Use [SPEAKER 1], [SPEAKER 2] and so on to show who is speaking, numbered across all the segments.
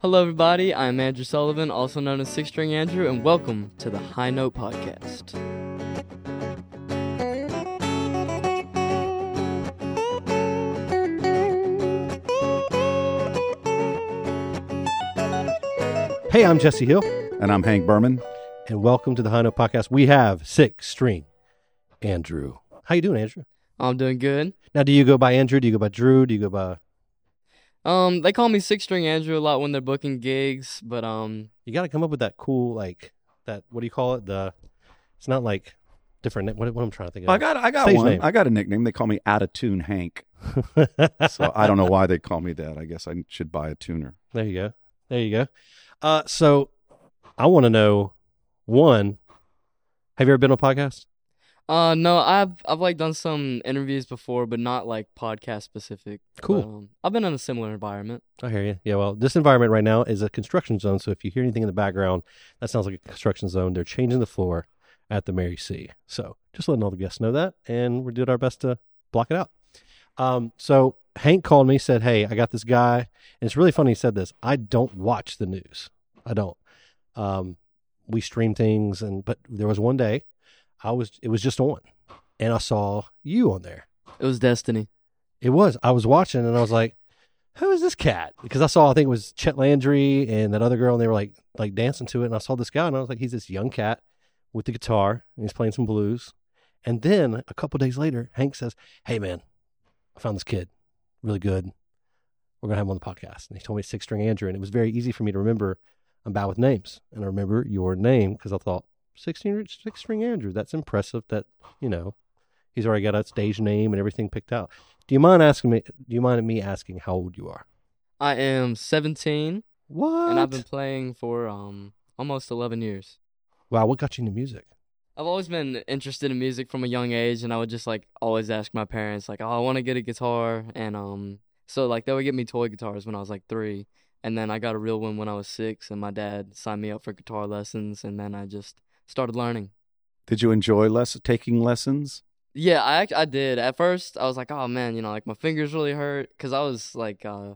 [SPEAKER 1] Hello, everybody. I'm Andrew Sullivan, also known as Six String Andrew, and welcome to the High Note Podcast.
[SPEAKER 2] Hey, I'm Jesse Hill,
[SPEAKER 3] And I'm Hank Berman.
[SPEAKER 2] and welcome to the High Note Podcast. We have six string Andrew. How you doing, Andrew?
[SPEAKER 1] I'm doing good.
[SPEAKER 2] Now, do you go by Andrew? Do you go by Drew? Do you go by?
[SPEAKER 1] Um, they call me Six String Andrew a lot when they're booking gigs, but um,
[SPEAKER 2] You got to come up with that cool like that. What do you call it? The it's not like different. na- What, what I'm trying to think of.
[SPEAKER 3] I got I got
[SPEAKER 2] Stage
[SPEAKER 3] one.
[SPEAKER 2] name.
[SPEAKER 3] I got a nickname. They call me Out of Tune Hank. So I don't know why they call me that. I guess I should buy a tuner.
[SPEAKER 2] there you go. There you go. Uh, so I want to know one. Have you ever been on a podcast?
[SPEAKER 1] uh, no, I've I've like done some interviews before, but not like podcast specific.
[SPEAKER 2] Cool.
[SPEAKER 1] But, um, I've been in a similar environment.
[SPEAKER 2] I hear you. Yeah, well, this environment right now is a construction zone. So if you hear anything in the background, that sounds like a construction zone. They're changing the floor at the Mary C. So just letting all the guests know that, and we did our best to block it out. Um, so Hank called me, said, "Hey, I got this guy." And it's really funny he said this. I don't watch the news. I don't. Um, we stream things, and but there was one day, I was it was just on, and I saw you on there.
[SPEAKER 1] It was destiny.
[SPEAKER 2] It was. I was watching and I was like, who is this cat? Because I saw, I think it was Chet Landry and that other girl, and they were like, like dancing to it. And I saw this guy and I was like, he's this young cat with the guitar and he's playing some blues. And then a couple days later, Hank says, hey, man, I found this kid. Really good. We're going to have him on the podcast. And he told me Six String Andrew. And it was very easy for me to remember. I'm bad with names. And I remember your name because I thought, Six String Six String Andrew, that's impressive that, you know, he's already got a stage name and everything picked out. Do you mind asking me? Do you mind me asking how old you are?
[SPEAKER 1] I am 17,
[SPEAKER 2] What?
[SPEAKER 1] and I've been playing for um almost 11 years.
[SPEAKER 2] wow, what got you into music?
[SPEAKER 1] I've always been interested in music from a young age, and I would just like always ask my parents, like, "Oh, I want to get a guitar," and um, so like they would get me toy guitars when I was like three, and then I got a real one when I was six, and my dad signed me up for guitar lessons, and then I just started learning.
[SPEAKER 3] Did you enjoy less taking lessons?
[SPEAKER 1] Yeah, I act- I did. At first, I was like, "Oh man," you know, like my fingers really hurt because I was like uh,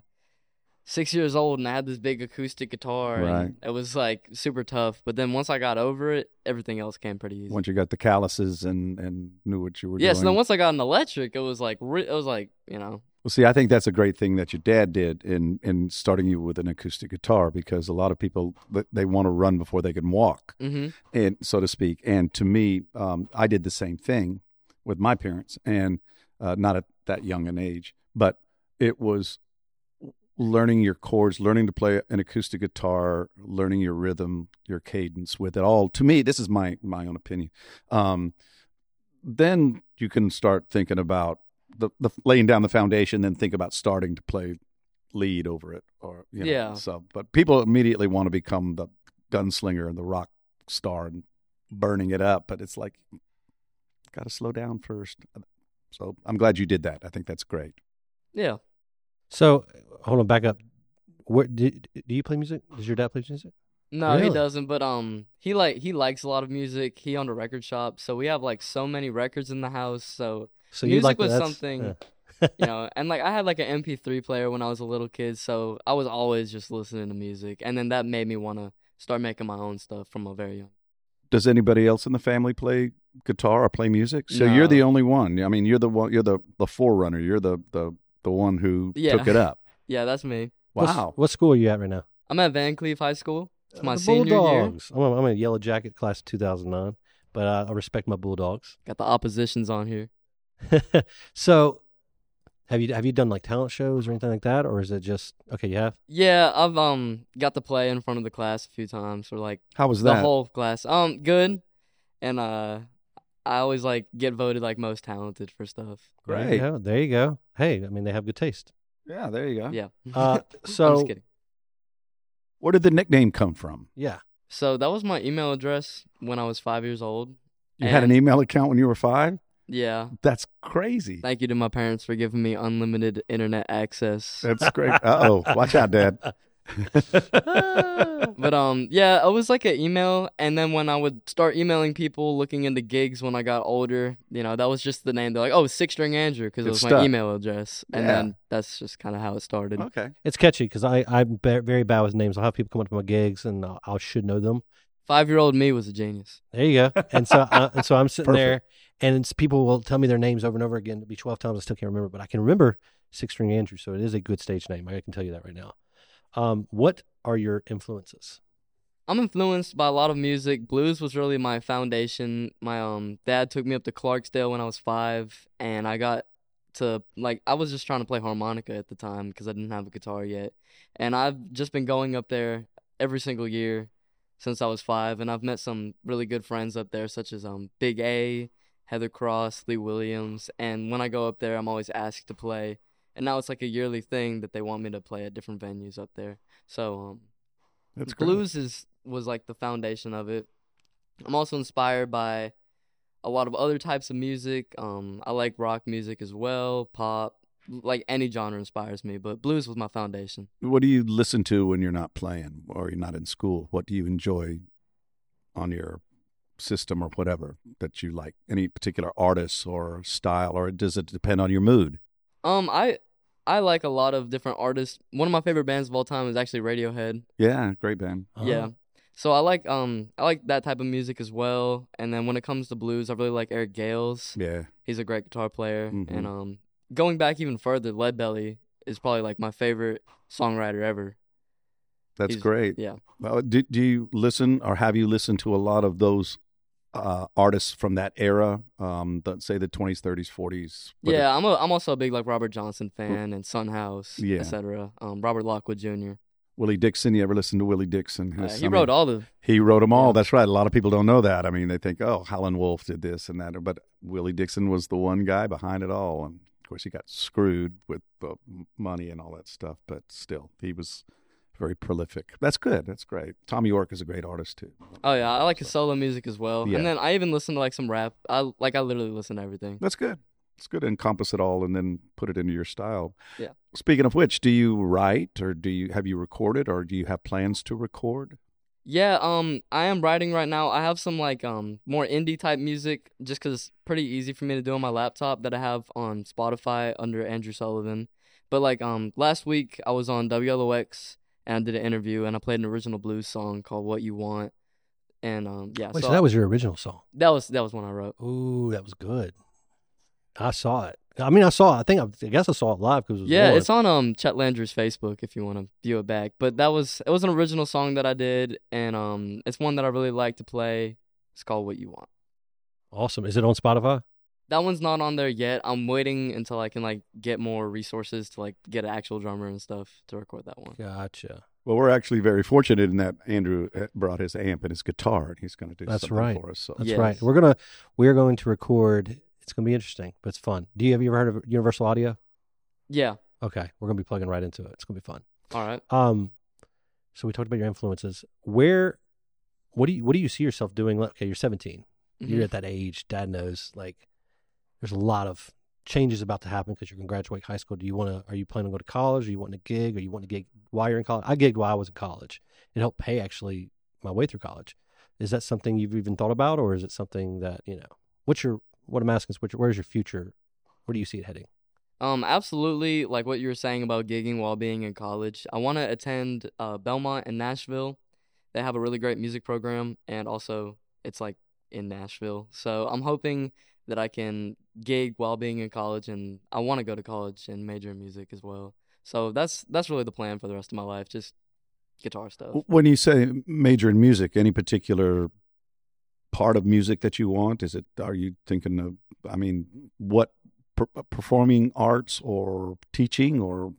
[SPEAKER 1] six years old and I had this big acoustic guitar,
[SPEAKER 3] Right.
[SPEAKER 1] and it was like super tough. But then once I got over it, everything else came pretty easy.
[SPEAKER 3] Once you got the calluses and and knew what you were
[SPEAKER 1] Yes,
[SPEAKER 3] doing.
[SPEAKER 1] and then once I got an electric, it was like re- it was like you know
[SPEAKER 3] Well, see, I think that's a great thing that your dad did in in starting you with an acoustic guitar because a lot of people they- they want to run before they can walk.
[SPEAKER 1] hmm
[SPEAKER 3] and so to speak. And to me, um, I did the same thing with my parents, and uh, not at that young an age, but it was learning your chords, learning to play an acoustic guitar, learning your rhythm, your cadence with it all. To me, this is my my own opinion. Um, then you can start thinking about the, the laying down the foundation, then think about starting to play lead over it, or you know,
[SPEAKER 1] Yeah.
[SPEAKER 3] So, but people immediately want to become the gunslinger and the rock star and burning it up, but it's like got to slow down first. So I'm glad you did that. I think that's great.
[SPEAKER 1] yeah.
[SPEAKER 2] So, hold on, back up. Where did do you play music? Does your dad play music?
[SPEAKER 1] No, he
[SPEAKER 2] Really?
[SPEAKER 1] doesn't. But um, he like he likes a lot of music. He owned a record shop, so we have like so many records in the house. So
[SPEAKER 2] So
[SPEAKER 1] Music
[SPEAKER 2] like
[SPEAKER 1] was
[SPEAKER 2] that's-
[SPEAKER 1] something-
[SPEAKER 2] yeah.
[SPEAKER 1] you know, and like I had like an MP3 player when I was a little kid, so I was always just listening to music, and then that made me want to start making my own stuff from a very young.
[SPEAKER 3] Does anybody else in the family play guitar or play music? So you're
[SPEAKER 1] No.
[SPEAKER 3] the only one. I mean, you're the one. You're the the forerunner. You're the the the one who
[SPEAKER 1] Yeah.
[SPEAKER 3] took it up.
[SPEAKER 1] Yeah, that's me.
[SPEAKER 2] What's-
[SPEAKER 3] Wow.
[SPEAKER 2] What, school are you at right now?
[SPEAKER 1] I'm at Van Cleve High School. It's my
[SPEAKER 2] The
[SPEAKER 1] senior year.
[SPEAKER 2] Bulldogs. I'm a, I'm a yellow jacket class of 2009, but uh, I respect my Bulldogs.
[SPEAKER 1] Got the oppositions on here.
[SPEAKER 2] so, have you have you done like talent shows or anything like that, or is it just okay? You have.
[SPEAKER 1] Yeah, I've um got to play in front of the class a few times for like.
[SPEAKER 3] How was
[SPEAKER 1] the
[SPEAKER 3] that?
[SPEAKER 1] whole class. Um, good, and uh, I always like get voted like most talented for stuff.
[SPEAKER 2] There you
[SPEAKER 3] Great.
[SPEAKER 2] go. There you go. Hey, I mean they have good taste.
[SPEAKER 3] yeah. There you go.
[SPEAKER 1] Yeah.
[SPEAKER 2] Uh,
[SPEAKER 1] I'm
[SPEAKER 2] so
[SPEAKER 1] just kidding.
[SPEAKER 3] Where did the nickname come from?
[SPEAKER 2] yeah,
[SPEAKER 1] So that was my email address when I was five years old.
[SPEAKER 3] You had an
[SPEAKER 1] And-
[SPEAKER 3] email account when you were five.
[SPEAKER 1] Yeah.
[SPEAKER 3] That's crazy.
[SPEAKER 1] Thank you to my parents for giving me unlimited internet access.
[SPEAKER 3] That's great. Uh oh. Watch out, Dad.
[SPEAKER 1] But um, yeah, I was like an email, and then when I would start emailing people, looking into gigs when I got older, you know, that was just the name. They're like, "Oh, Six String Andrew," because
[SPEAKER 3] It
[SPEAKER 1] it was
[SPEAKER 3] stuck.
[SPEAKER 1] my email address, and
[SPEAKER 3] Yeah.
[SPEAKER 1] then that's just kind of how it started.
[SPEAKER 3] okay.
[SPEAKER 2] it's catchy because I I'm ba- very bad with names. I'll have people come up to my gigs and I'll, I'll should know them.
[SPEAKER 1] Five-year-old me was a genius.
[SPEAKER 2] There you go. And so uh, and so I'm sitting
[SPEAKER 3] Perfect.
[SPEAKER 2] there, and it's, people will tell me their names over and over again. It'll be twelve times. I still can't remember, but I can remember Six String Andrew. So it is a good stage name. I can tell you that right now. Um, what are your influences?
[SPEAKER 1] I'm influenced by a lot of music. Blues was really my foundation. My um dad took me up to Clarksdale when I was five, and I got to like I was just trying to play harmonica at the time because I didn't have a guitar yet, and I've just been going up there every single year since I was five, and I've met some really good friends up there, such as um Big A, Heather Cross, Lee Williams, and when I go up there, I'm always asked to play, and now it's like a yearly thing that they want me to play at different venues up there. So um
[SPEAKER 3] That's great.
[SPEAKER 1] blues is was like the foundation of it. I'm also inspired by a lot of other types of music. Um, I like rock music as well, pop, like any genre inspires me. But blues was my foundation.
[SPEAKER 3] What do you listen to when you're not playing or you're not in school? What do you enjoy on your system or whatever that you like? Any particular artists or style, or does it depend on your mood?
[SPEAKER 1] Um, I I like a lot of different artists. One of my favorite bands of all time is actually Radiohead.
[SPEAKER 3] Yeah, great band.
[SPEAKER 1] Yeah. So I like um I like that type of music as well. And then when it comes to blues, I really like Eric Gales.
[SPEAKER 3] Yeah,
[SPEAKER 1] He's a great guitar player.
[SPEAKER 3] Mhm.
[SPEAKER 1] And um, going back even further, Leadbelly is probably like my favorite songwriter ever.
[SPEAKER 3] that's
[SPEAKER 1] He's-
[SPEAKER 3] great.
[SPEAKER 1] Yeah.
[SPEAKER 3] Well, do, do you listen or have you listened to a lot of those uh, artists from that era? Um, let's say the 20s, 30s, 40s. Were there-
[SPEAKER 1] Yeah, I'm a, I'm also a big like Robert Johnson fan and Sunhouse,
[SPEAKER 3] Yeah.
[SPEAKER 1] etc. Um, Robert Lockwood Jr.
[SPEAKER 3] Willie Dixon. You ever listen to Willie Dixon?
[SPEAKER 1] Uh,
[SPEAKER 3] His-
[SPEAKER 1] he
[SPEAKER 3] I mean,
[SPEAKER 1] wrote all the
[SPEAKER 3] He wrote them all.
[SPEAKER 1] Yeah.
[SPEAKER 3] That's right. A lot of people don't know that. I mean, they think, oh, Howlin' Wolf did this and that, but Willie Dixon was the one guy behind it all. And of course, he got screwed with the money and all that stuff, but still, he was very prolific. That's good. That's great. Tom York is a great artist too.
[SPEAKER 1] Oh yeah, I like his solo music as well.
[SPEAKER 3] Yeah.
[SPEAKER 1] And then I even listen to like some rap. I like I literally listen to everything.
[SPEAKER 3] That's good. It's good to encompass it all and then put it into your style.
[SPEAKER 1] Yeah.
[SPEAKER 3] Speaking of which, do you write or do you have you recorded or do you have plans to record?
[SPEAKER 1] Yeah, um, I am writing right now. I have some like um more indie type music just 'cause it's pretty easy for me to do on my laptop that I have on Spotify under Andrew Sullivan. But like um last week I was on WLOX and I did an interview and I played an original blues song called What You Want. And um yeah,
[SPEAKER 2] Wait,
[SPEAKER 1] so
[SPEAKER 2] so that was your original song.
[SPEAKER 1] that was that was one I wrote.
[SPEAKER 2] Ooh, that was good. I saw it. I mean, I saw. it. I think I, I guess I saw it live because it was
[SPEAKER 1] Yeah,
[SPEAKER 2] on.
[SPEAKER 1] it's on um Chet Landry's Facebook if you want to view it back. But that was it was an original song that I did and um it's one that I really like to play. It's called What You Want.
[SPEAKER 2] awesome. Is it on Spotify?
[SPEAKER 1] That one's not on there yet. I'm waiting until I can like get more resources to like get an actual drummer and stuff to record that one.
[SPEAKER 2] Gotcha.
[SPEAKER 3] Well, we're actually very fortunate in that Andrew uh, brought his amp and his guitar, and he's going to do
[SPEAKER 2] That's
[SPEAKER 3] something
[SPEAKER 2] right.
[SPEAKER 3] for us. So
[SPEAKER 2] That's
[SPEAKER 1] Yes.
[SPEAKER 2] right. We're gonna we're going to record. It's gonna be interesting, but it's fun. Do you have you ever heard of Universal Audio?
[SPEAKER 1] Yeah.
[SPEAKER 2] Okay, we're gonna be plugging right into it. It's gonna be fun.
[SPEAKER 1] All right.
[SPEAKER 2] Um, so we talked about your influences. Where, what do you what do you see yourself doing? Like, Okay, you're 17. You're
[SPEAKER 1] Mhm.
[SPEAKER 2] at that age. Dad knows. Like, there's a lot of changes about to happen because you're going to graduate high school. Do you want to? Are you planning on going to college? Are you wanting to gig? Are you wanting to gig while you're in college? I gigged while I was in college. It helped pay actually my way through college. Is that something you've even thought about, or is it something that you know? What's your what I'm asking is what your, where's your future? Where do you see it heading?
[SPEAKER 1] Um, absolutely. Like what you were saying about gigging while being in college, I want to attend uh, Belmont and Nashville. They have a really great music program, and also it's like in Nashville. So I'm hoping that I can gig while being in college, and I want to go to college and major in music as well. So that's that's really the plan for the rest of my life, just guitar stuff.
[SPEAKER 3] when you say major in music, any particular part of music that you want? Is it? Are you thinking of? I mean, what per- uh, performing arts or teaching or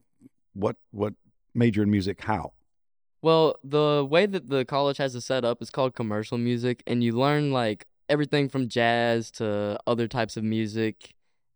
[SPEAKER 3] what? What major in music? How?
[SPEAKER 1] Well, the way that the college has it set up is called commercial music, and you learn like everything from jazz to other types of music,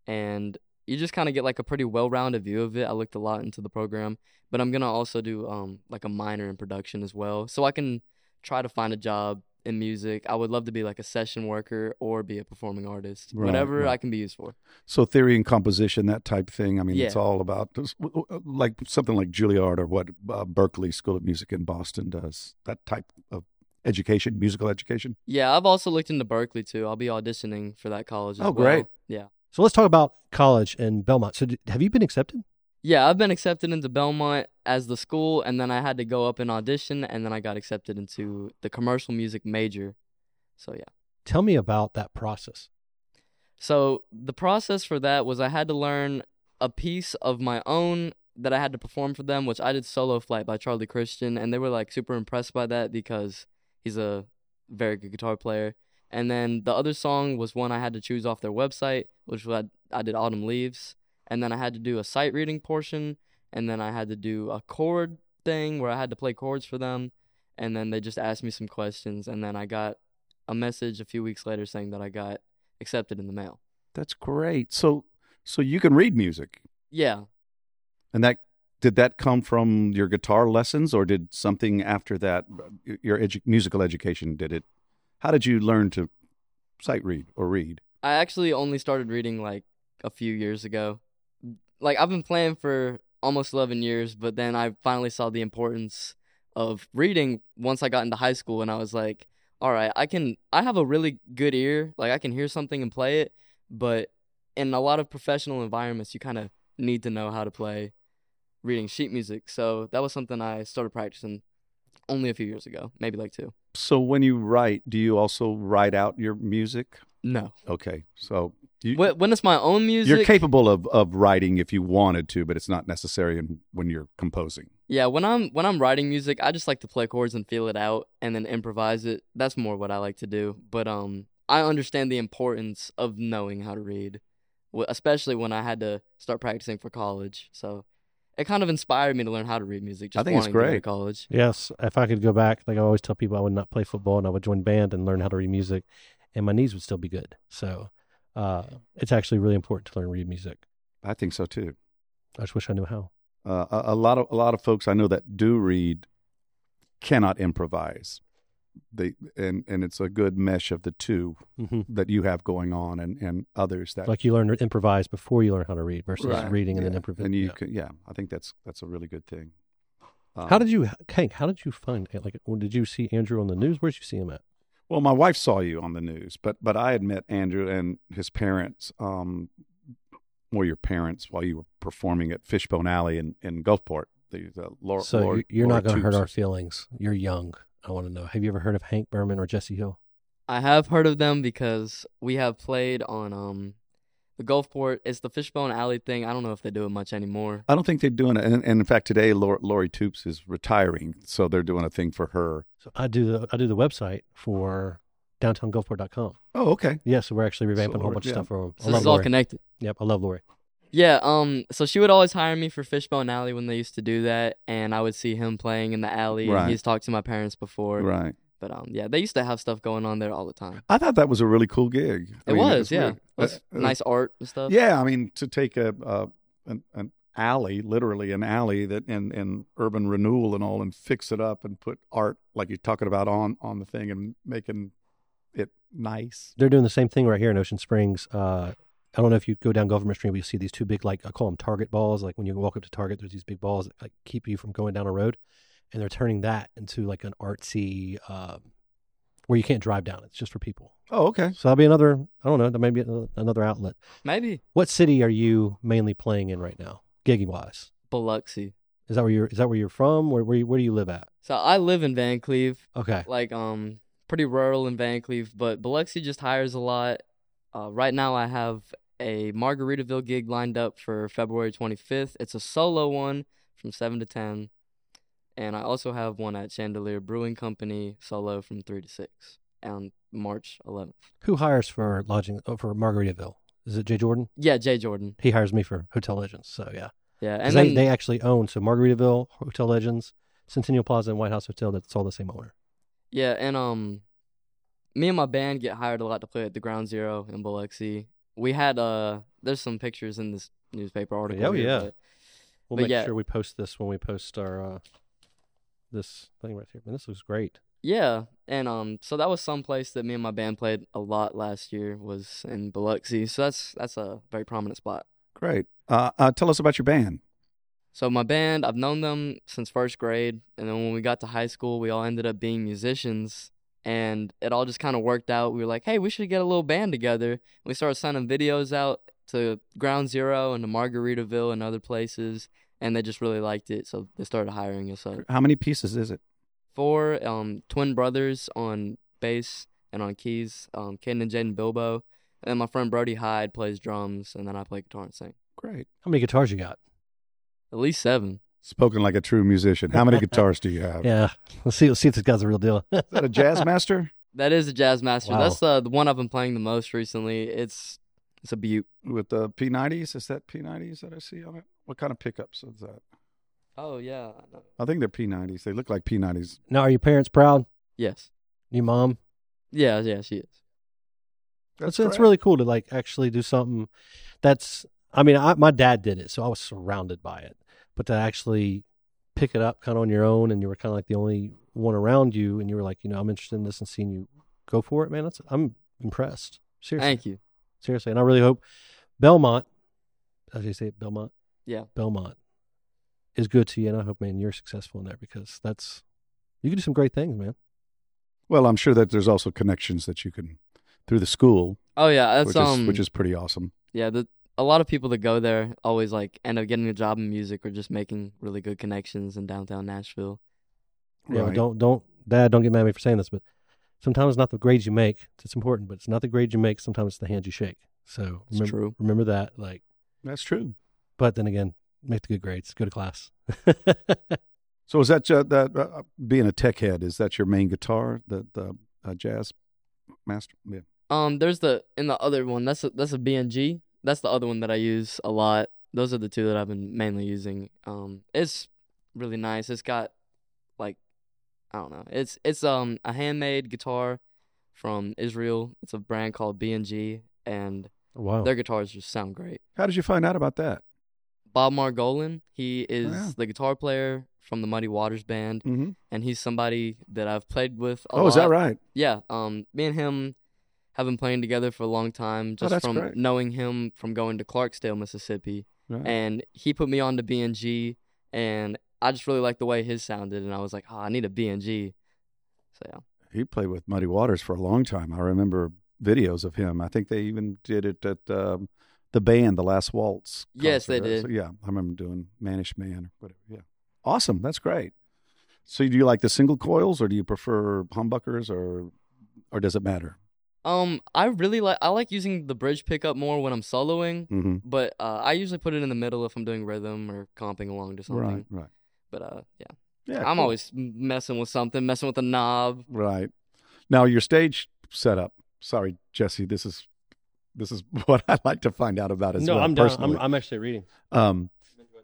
[SPEAKER 1] and you just kind of get like a pretty well-rounded view of it. I looked a lot into the program, but I'm gonna also do um like a minor in production as well, so I can try to find a job in music. I would love to be like a session worker or be a performing artist,
[SPEAKER 3] Right,
[SPEAKER 1] whatever
[SPEAKER 3] right.
[SPEAKER 1] I can be used for.
[SPEAKER 3] So theory and composition, that type thing. I mean, it's
[SPEAKER 1] Yeah.
[SPEAKER 3] all about uh, like something like Juilliard or what uh, Berkeley School of Music in Boston does. That type of education, musical education.
[SPEAKER 1] Yeah, I've also looked into Berkeley too. I'll be auditioning for that college. As
[SPEAKER 3] Oh,
[SPEAKER 1] well.
[SPEAKER 3] great.
[SPEAKER 1] Yeah,
[SPEAKER 2] So let's talk about college and Belmont. So d- have you been accepted?
[SPEAKER 1] yeah. I've been accepted into Belmont as the school, and then I had to go up and audition, and then I got accepted into the commercial music major. So yeah.
[SPEAKER 2] Tell me about that process.
[SPEAKER 1] So the process for that was I had to learn a piece of my own that I had to perform for them, which I did solo flight by Charlie Christian, and they were like super impressed by that because he's a very good guitar player. And then the other song was one I had to choose off their website, which was I did Autumn Leaves, and then I had to do a sight reading portion, and then I had to do a chord thing where I had to play chords for them, and then they just asked me some questions, and then I got a message a few weeks later saying that I got accepted in the mail.
[SPEAKER 3] That's great. So so you can read music,
[SPEAKER 1] Yeah.
[SPEAKER 3] and that did that come from your guitar lessons, or did something after that? Your edu- musical education did it. How did you learn to sight read or read?
[SPEAKER 1] I actually only started reading like a few years ago. Like I've been playing for almost 11 years, but then I finally saw the importance of reading once I got into high school and I was like, all right, I can I have a really good ear. Like I can hear something and play it, but in a lot of professional environments you kind of need to know how to play reading sheet music. So that was something I started practicing only a few years ago, maybe like 2.
[SPEAKER 3] So when you write, do you also write out your music?
[SPEAKER 1] No.
[SPEAKER 3] Okay, so you,
[SPEAKER 1] When when it's my own music,
[SPEAKER 3] You're capable of, of writing if you wanted to, but it's not necessary in, when you're composing.
[SPEAKER 1] Yeah, when I'm when I'm writing music, I just like to play chords and feel it out and then improvise it. That's more what I like to do. But um I understand the importance of knowing how to read, wh- especially when I had to start practicing for college. So it kind of inspired me to learn how to read music just
[SPEAKER 3] I think
[SPEAKER 1] wanting
[SPEAKER 3] it's
[SPEAKER 1] to go to
[SPEAKER 3] great.
[SPEAKER 1] college.
[SPEAKER 2] Yes. If I could go back, like I always tell people, I would not play football and I would join band and learn how to read music, and my knees would still be good. So uh, it's actually really important to learn to read music.
[SPEAKER 3] I think so too.
[SPEAKER 2] I just wish I knew how.
[SPEAKER 3] Uh, a, a lot of a lot of folks I know that do read cannot improvise. They and and it's a good mesh of the two
[SPEAKER 2] Mm-hmm.
[SPEAKER 3] that you have going on, and and others that
[SPEAKER 2] Like you learn to improvise before you learn how to read versus
[SPEAKER 3] Right.
[SPEAKER 2] reading and
[SPEAKER 3] yeah.
[SPEAKER 2] then improvising.
[SPEAKER 3] And you can, yeah, I think that's that's a really good thing. Um,
[SPEAKER 2] How did you, Hank? How did you find? Like, when did you see Andrew on the news? Where'd you see him at?
[SPEAKER 3] Well, my wife saw you on the news, but but I had met Andrew and his parents, um, or your parents, while you were performing at Fishbone Alley in in Gulfport. The, the Laura,
[SPEAKER 2] so
[SPEAKER 3] Laura-
[SPEAKER 2] you- you're not
[SPEAKER 3] Laura
[SPEAKER 2] going to hurt
[SPEAKER 3] Toops.
[SPEAKER 2] our feelings. You're young. I want to know. Have you ever heard of Hank Berman or Jesse Hill?
[SPEAKER 1] I have heard of them because we have played on um the Gulfport. It's the Fishbone Alley thing. I don't know if they do it much anymore.
[SPEAKER 3] I don't think they're doing it, and, and in fact, today Laura, Lori Toops is retiring, so they're doing a thing for her.
[SPEAKER 2] So I do the I do the website for downtowngulfport.com.
[SPEAKER 3] Oh, okay.
[SPEAKER 2] Yeah, so we're actually revamping
[SPEAKER 3] So,
[SPEAKER 2] a whole bunch
[SPEAKER 3] yeah.
[SPEAKER 2] of stuff for him.
[SPEAKER 1] So this is all connected.
[SPEAKER 2] Yep, I love Lori.
[SPEAKER 1] Yeah, um, so she would always hire me for Fishbone Alley when they used to do that, and I would see him playing in the alley.
[SPEAKER 3] Right.
[SPEAKER 1] And he's talked to my parents before,
[SPEAKER 3] Right.
[SPEAKER 1] but um, yeah, they used to have stuff going on there all the time.
[SPEAKER 3] I thought that was a really cool gig. I
[SPEAKER 1] It
[SPEAKER 3] mean,
[SPEAKER 1] was, yeah,
[SPEAKER 3] weird.
[SPEAKER 1] It was
[SPEAKER 3] Uh, uh,
[SPEAKER 1] nice art and stuff.
[SPEAKER 3] Yeah, I mean to take a uh, an, an alley, literally an alley that and and urban renewal and all, and fix it up and put art like you're talking about on on the thing and making it nice.
[SPEAKER 2] They're doing the same thing right here in Ocean Springs. Uh, I don't know if you go down Government Street, but you see these two big like I call them target balls. Like when you walk up to Target, there's these big balls that like keep you from going down a road, and they're turning that into like an artsy uh, where you can't drive down. It's just for people.
[SPEAKER 3] Oh, okay.
[SPEAKER 2] So that'll be another. I don't know. That may be another- another outlet.
[SPEAKER 1] maybe
[SPEAKER 2] What city are you mainly playing in right now, gigging wise?
[SPEAKER 1] Biloxi.
[SPEAKER 2] Is that where you're? Is that where you're from? Where where, you, where do you live at?
[SPEAKER 1] So I live in Van Cleve,
[SPEAKER 2] Okay.
[SPEAKER 1] like um, pretty rural in Van Cleve, but Biloxi just hires a lot. Uh, right now, I have a Margaritaville gig lined up for February 25th. It's a solo one from 7 to 10. And I also have one at Chandelier Brewing Company solo from 3 to 6 on March 11th.
[SPEAKER 2] Who hires for lodging oh, for Margaritaville? Is it Jay Jordan?
[SPEAKER 1] Yeah, Jay Jordan.
[SPEAKER 2] He hires me for Hotel Legends. So yeah,
[SPEAKER 1] Yeah.
[SPEAKER 2] 'Cause
[SPEAKER 1] And
[SPEAKER 2] they,
[SPEAKER 1] then,
[SPEAKER 2] they actually own so Margaritaville, Hotel Legends, Centennial Plaza, and White House Hotel. That's all the same owner.
[SPEAKER 1] yeah, and um, me and my band get hired a lot to play at the Ground Zero in Biloxi. We had, uh, there's some pictures in this newspaper article.
[SPEAKER 2] Oh,
[SPEAKER 1] here,
[SPEAKER 2] yeah.
[SPEAKER 1] but-
[SPEAKER 2] We'll
[SPEAKER 1] But
[SPEAKER 2] make
[SPEAKER 1] yeah.
[SPEAKER 2] sure we post this when we post our uh, this thing right here. Man, this looks great.
[SPEAKER 1] Yeah, and um, so that was some place that me and my band played a lot last year was in Biloxi. So that's that's a very prominent spot.
[SPEAKER 3] Great. Uh, uh, tell us about your band.
[SPEAKER 1] So my band, I've known them since first grade, and then when we got to high school, we all ended up being musicians, and it all just kind of worked out. We were like, hey, we should get a little band together. And we started sending videos out to Ground Zero and to Margaritaville and other places, and they just really liked it, so they started hiring us
[SPEAKER 2] Oh.
[SPEAKER 1] up.
[SPEAKER 3] How many pieces is it?
[SPEAKER 1] Four um, twin brothers on bass and on keys, um, Caden and Jaden Bilbo, and then my friend Brody Hyde plays drums, and then I play guitar and sing.
[SPEAKER 3] Great.
[SPEAKER 2] How many guitars you got?
[SPEAKER 1] At least seven.
[SPEAKER 3] Spoken like a true musician. How many guitars do you have?
[SPEAKER 2] Yeah, let's see. Let's see if this guy's a real deal.
[SPEAKER 3] Is that a jazz master?
[SPEAKER 1] That is a jazz master.
[SPEAKER 2] Wow.
[SPEAKER 1] That's the the one I've been playing the most recently. It's it's a butte.
[SPEAKER 3] with the P90s. Is that P90s that I see on it? What kind of pickups is that?
[SPEAKER 1] Oh yeah.
[SPEAKER 3] I think they're P90s. They look like P90s.
[SPEAKER 2] now, are your parents proud?
[SPEAKER 1] Yes.
[SPEAKER 2] Your mom?
[SPEAKER 1] Yeah, yeah, she is.
[SPEAKER 2] That's it's
[SPEAKER 3] great.
[SPEAKER 2] really cool to like actually do something. That's I mean, I, my dad did it, so I was surrounded by it. But to actually pick it up kind of on your own, and you were kind of like the only one around you, and you were like, you know, I'm interested in this and seeing you go for it, man. That's I'm impressed. Seriously,
[SPEAKER 1] Thank you.
[SPEAKER 2] seriously, and I really hope Belmont. As you say, it, Belmont.
[SPEAKER 1] Yeah.
[SPEAKER 2] Belmont is good to you, and I hope, man, you're successful in there because that's you can do some great things, man.
[SPEAKER 3] Well, I'm sure that there's also connections that you can through the school,
[SPEAKER 1] Oh yeah, that's
[SPEAKER 3] which is,
[SPEAKER 1] um
[SPEAKER 3] which is pretty awesome.
[SPEAKER 1] yeah, the a lot of people that go there always like end up getting a job in music or just making really good connections in downtown Nashville.
[SPEAKER 2] Yeah,
[SPEAKER 3] Right.
[SPEAKER 2] don't don't dad, don't get mad at me for saying this, but sometimes it's not the grades you make. It's important, but it's not the grades you make. Sometimes it's the hands you shake. So
[SPEAKER 1] It's
[SPEAKER 2] remember,
[SPEAKER 1] true.
[SPEAKER 2] remember that. Like,
[SPEAKER 3] That's true.
[SPEAKER 2] but then again, make the good grades, go to class.
[SPEAKER 3] So is that uh, that uh, being a tech head? Is that your main guitar, the the uh, jazz master? Yeah.
[SPEAKER 1] Um, there's the in the other one. That's a, that's a BNG. That's the other one that I use a lot. Those are the two that I've been mainly using. Um, it's really nice. It's got like I don't know. It's it's um a handmade guitar from Israel. It's a brand called BNG, and
[SPEAKER 3] Oh.
[SPEAKER 2] wow,
[SPEAKER 1] their guitars just sound great.
[SPEAKER 3] How did you find out about that?
[SPEAKER 1] Bob Margolin, he is
[SPEAKER 3] Oh, yeah.
[SPEAKER 1] the guitar player from the Muddy Waters band,
[SPEAKER 3] Mm-hmm.
[SPEAKER 1] and he's somebody that I've played with. A
[SPEAKER 3] Oh, is that
[SPEAKER 1] lot.
[SPEAKER 3] right?
[SPEAKER 1] Yeah. Um, me and him have been playing together for a long time, just
[SPEAKER 3] Oh, that's
[SPEAKER 1] from
[SPEAKER 3] great.
[SPEAKER 1] knowing him from going to Clarksdale, Mississippi,
[SPEAKER 3] Right.
[SPEAKER 1] and he put me on to BNG, and I just really liked the way his sounded, and I was like, oh, I need a BNG. So yeah.
[SPEAKER 3] he played with Muddy Waters for a long time. I remember videos of him. I think they even did it at um, the band, the Last Waltz.
[SPEAKER 1] Yes, they
[SPEAKER 3] concert.
[SPEAKER 1] did.
[SPEAKER 3] So, yeah, I remember doing Manish Man or whatever. Yeah, awesome. That's great. So, do you like the single coils, or do you prefer humbuckers, or or does it matter?
[SPEAKER 1] Um, I really like I like using the bridge pickup more when I'm soloing,
[SPEAKER 3] Mm-hmm.
[SPEAKER 1] but uh, I usually put it in the middle if I'm doing rhythm or comping along to something.
[SPEAKER 3] Right, right.
[SPEAKER 1] But uh, yeah.
[SPEAKER 3] Yeah,
[SPEAKER 1] I'm
[SPEAKER 3] cool.
[SPEAKER 1] always m- messing with something, messing with a knob.
[SPEAKER 3] right. Now your stage setup. Sorry, Jesse. This is this is what I like to find out about as well. personally.
[SPEAKER 2] I'm actually reading.
[SPEAKER 3] Um,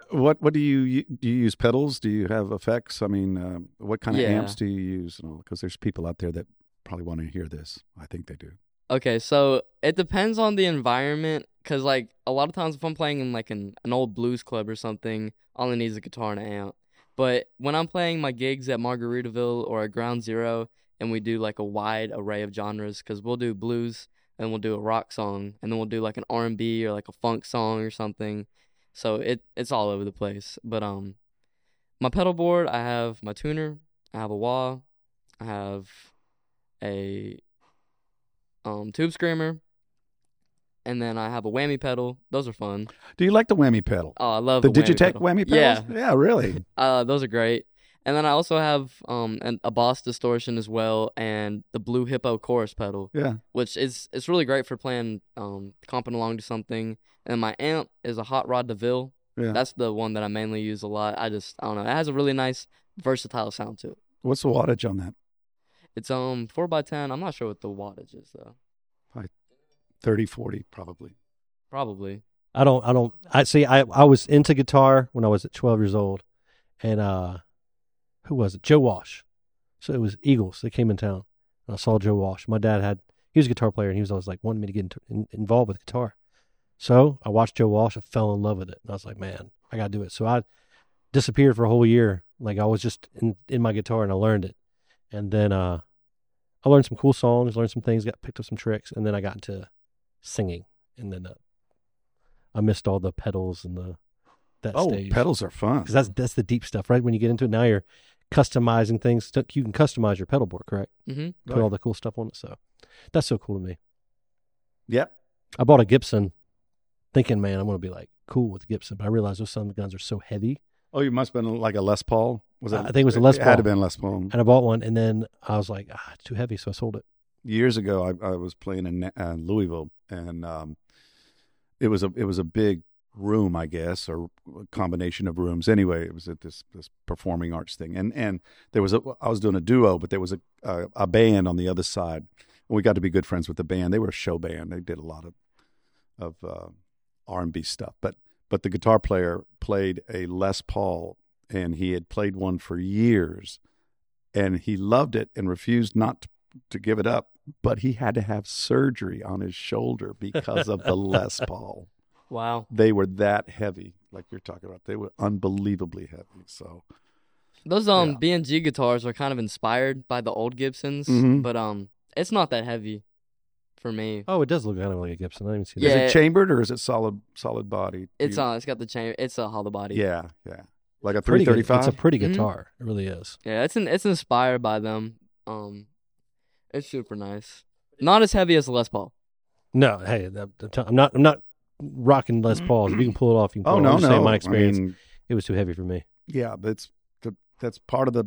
[SPEAKER 3] what what do you do? You use pedals? Do you have effects? I mean, um, what kind of
[SPEAKER 1] Yeah.
[SPEAKER 3] amps do you use? And all because there's people out there that probably want to hear this. I think they do.
[SPEAKER 1] Okay, so it depends on the environment, cause like a lot of times if I'm playing in like an, an old blues club or something, all it needs is a guitar and an amp. But when I'm playing my gigs at Margaritaville or at Ground Zero, and we do like a wide array of genres, cause we'll do blues and we'll do a rock song, and then we'll do like an R and B or like a funk song or something. So it it's all over the place. But um, my pedal board, I have my tuner, I have a wah, I have a um, tube screamer, and then I have a whammy pedal. Those are fun.
[SPEAKER 3] Do you like the whammy pedal?
[SPEAKER 1] Oh, I love
[SPEAKER 3] the
[SPEAKER 1] the
[SPEAKER 3] Digitech
[SPEAKER 1] pedal.
[SPEAKER 3] whammy
[SPEAKER 1] Yeah,
[SPEAKER 3] pedals? Yeah, really.
[SPEAKER 1] uh, those are great. And then I also have um an, a Boss distortion as well, and the Blue Hippo chorus pedal,
[SPEAKER 3] Yeah.
[SPEAKER 1] which is it's really great for playing um comping along to something. And my amp is a Hot Rod DeVille.
[SPEAKER 3] Yeah.
[SPEAKER 1] That's the one that I mainly use a lot. I just I don't know. It has a really nice versatile sound to it.
[SPEAKER 3] What's the wattage on that?
[SPEAKER 1] It's um four by ten. I'm not sure what the wattage is though.
[SPEAKER 3] 30, 40, probably.
[SPEAKER 1] Probably.
[SPEAKER 2] I don't. I don't. I see. I I was into guitar when I was at 12 years old, and uh, who was it? Joe Wash. So it was Eagles. They came in town, and I saw Joe Wash. My dad had he was a guitar player, and he was always like wanting me to get into, in, involved with guitar. So I watched Joe Walsh. I fell in love with it, and I was like, man, I gotta do it. So I disappeared for a whole year. Like I was just in, in my guitar, and I learned it. and then uh, I learned some cool songs, learned some things, got picked up some tricks, and then I got into singing, and then uh, I missed all the pedals and the that
[SPEAKER 3] oh,
[SPEAKER 2] stage
[SPEAKER 3] pedals are fun.
[SPEAKER 2] because that's that's the deep stuff, right? When you get into it now, you're customizing things. So You can customize your pedal board, correct?
[SPEAKER 1] hmm
[SPEAKER 2] Put all the cool stuff on it. So that's so cool to me.
[SPEAKER 3] Yep.
[SPEAKER 2] I bought a Gibson, thinking, man, I'm gonna be like cool with Gibson, but I realized those some guns are so heavy.
[SPEAKER 3] Oh, you must have been like a Les Paul. Was it?
[SPEAKER 2] Uh, I think it was a Les
[SPEAKER 3] It had to
[SPEAKER 2] Paul.
[SPEAKER 3] been Les Paul.
[SPEAKER 2] And I bought one, and then I was like, ah, it's too heavy, so I sold it.
[SPEAKER 3] years ago I, I was playing in uh, Louisville and um, it was a it was a big room I guess or a combination of rooms anyway it was at this this performing arts thing and and there was a I was doing a duo but there was a a, a band on the other side and we got to be good friends with the band they were a show band they did a lot of of uh, R&B stuff but but the guitar player played a Les Paul and he had played one for years and he loved it and refused not to to give it up, but he had to have surgery on his shoulder because of the Les Paul.
[SPEAKER 1] Wow.
[SPEAKER 3] They were that heavy, like you're talking about. They were unbelievably heavy. So
[SPEAKER 1] Those um
[SPEAKER 3] Yeah.
[SPEAKER 1] B&G guitars are kind of inspired by the old Gibsons,
[SPEAKER 3] Mhm.
[SPEAKER 1] but um it's not that heavy for me.
[SPEAKER 2] Oh, it does look kind of like a Gibson. I didn't even see
[SPEAKER 1] Yeah.
[SPEAKER 3] is it chambered or is it solid solid body?
[SPEAKER 1] It's
[SPEAKER 3] You-
[SPEAKER 1] on. It's got the chain. It's a hollow body.
[SPEAKER 3] Yeah, yeah. Like a
[SPEAKER 2] that. Pretty good.
[SPEAKER 3] 335.
[SPEAKER 2] It's a pretty
[SPEAKER 1] Mhm.
[SPEAKER 3] Mm-hmm.
[SPEAKER 2] guitar. It really is.
[SPEAKER 1] Yeah, it's in, it's inspired by them. Um, it's super nice. Not as heavy as a Les Paul.
[SPEAKER 2] No, hey, that, I'm t- I'm not. I'm not rocking Les Pauls. If you can pull it off, you can pull
[SPEAKER 3] oh
[SPEAKER 2] it
[SPEAKER 3] no,
[SPEAKER 2] off. I'm just saying
[SPEAKER 3] no.
[SPEAKER 2] my experience,
[SPEAKER 3] I mean,
[SPEAKER 2] it was too heavy for me.
[SPEAKER 3] yeah, but it's the, that's part of the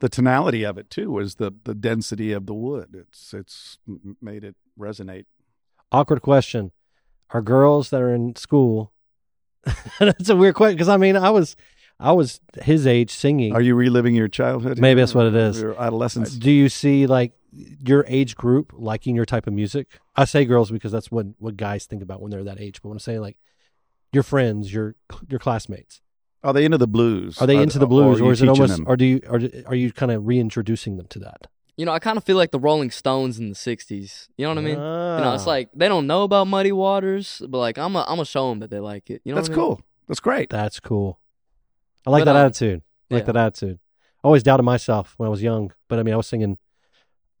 [SPEAKER 3] the tonality of it too is the the density of the wood. It's it's m- made it resonate.
[SPEAKER 2] Awkward question: Are girls that are in school? that's a weird question because I mean, I was, I was his age singing.
[SPEAKER 3] Are you reliving your childhood? here?
[SPEAKER 2] Maybe that's what it is. Uh,
[SPEAKER 3] Your adolescence.
[SPEAKER 2] Do you see like your age group liking your type of music? I say girls because that's what what guys think about when they're that age. But when I'm saying like your friends, your your classmates,
[SPEAKER 3] Are they into the blues?
[SPEAKER 2] are they into the blues, or,
[SPEAKER 3] you
[SPEAKER 2] is it
[SPEAKER 3] teaching
[SPEAKER 2] almost,
[SPEAKER 3] them?
[SPEAKER 2] or do you are are you kind of reintroducing them to that?
[SPEAKER 1] You know, I kind of feel like the Rolling Stones in the '60s. You know what I mean? you know, it's
[SPEAKER 2] Ah.
[SPEAKER 1] like they don't know about Muddy Waters, but like I'm a, I'm gonna show them that they like it. You know,
[SPEAKER 3] That's
[SPEAKER 1] what I mean?
[SPEAKER 3] cool. That's great.
[SPEAKER 2] that's cool. I like
[SPEAKER 1] But,
[SPEAKER 2] that
[SPEAKER 1] um,
[SPEAKER 2] attitude. I like
[SPEAKER 1] yeah.
[SPEAKER 2] that attitude. I always doubted myself when I was young, but I mean, I was singing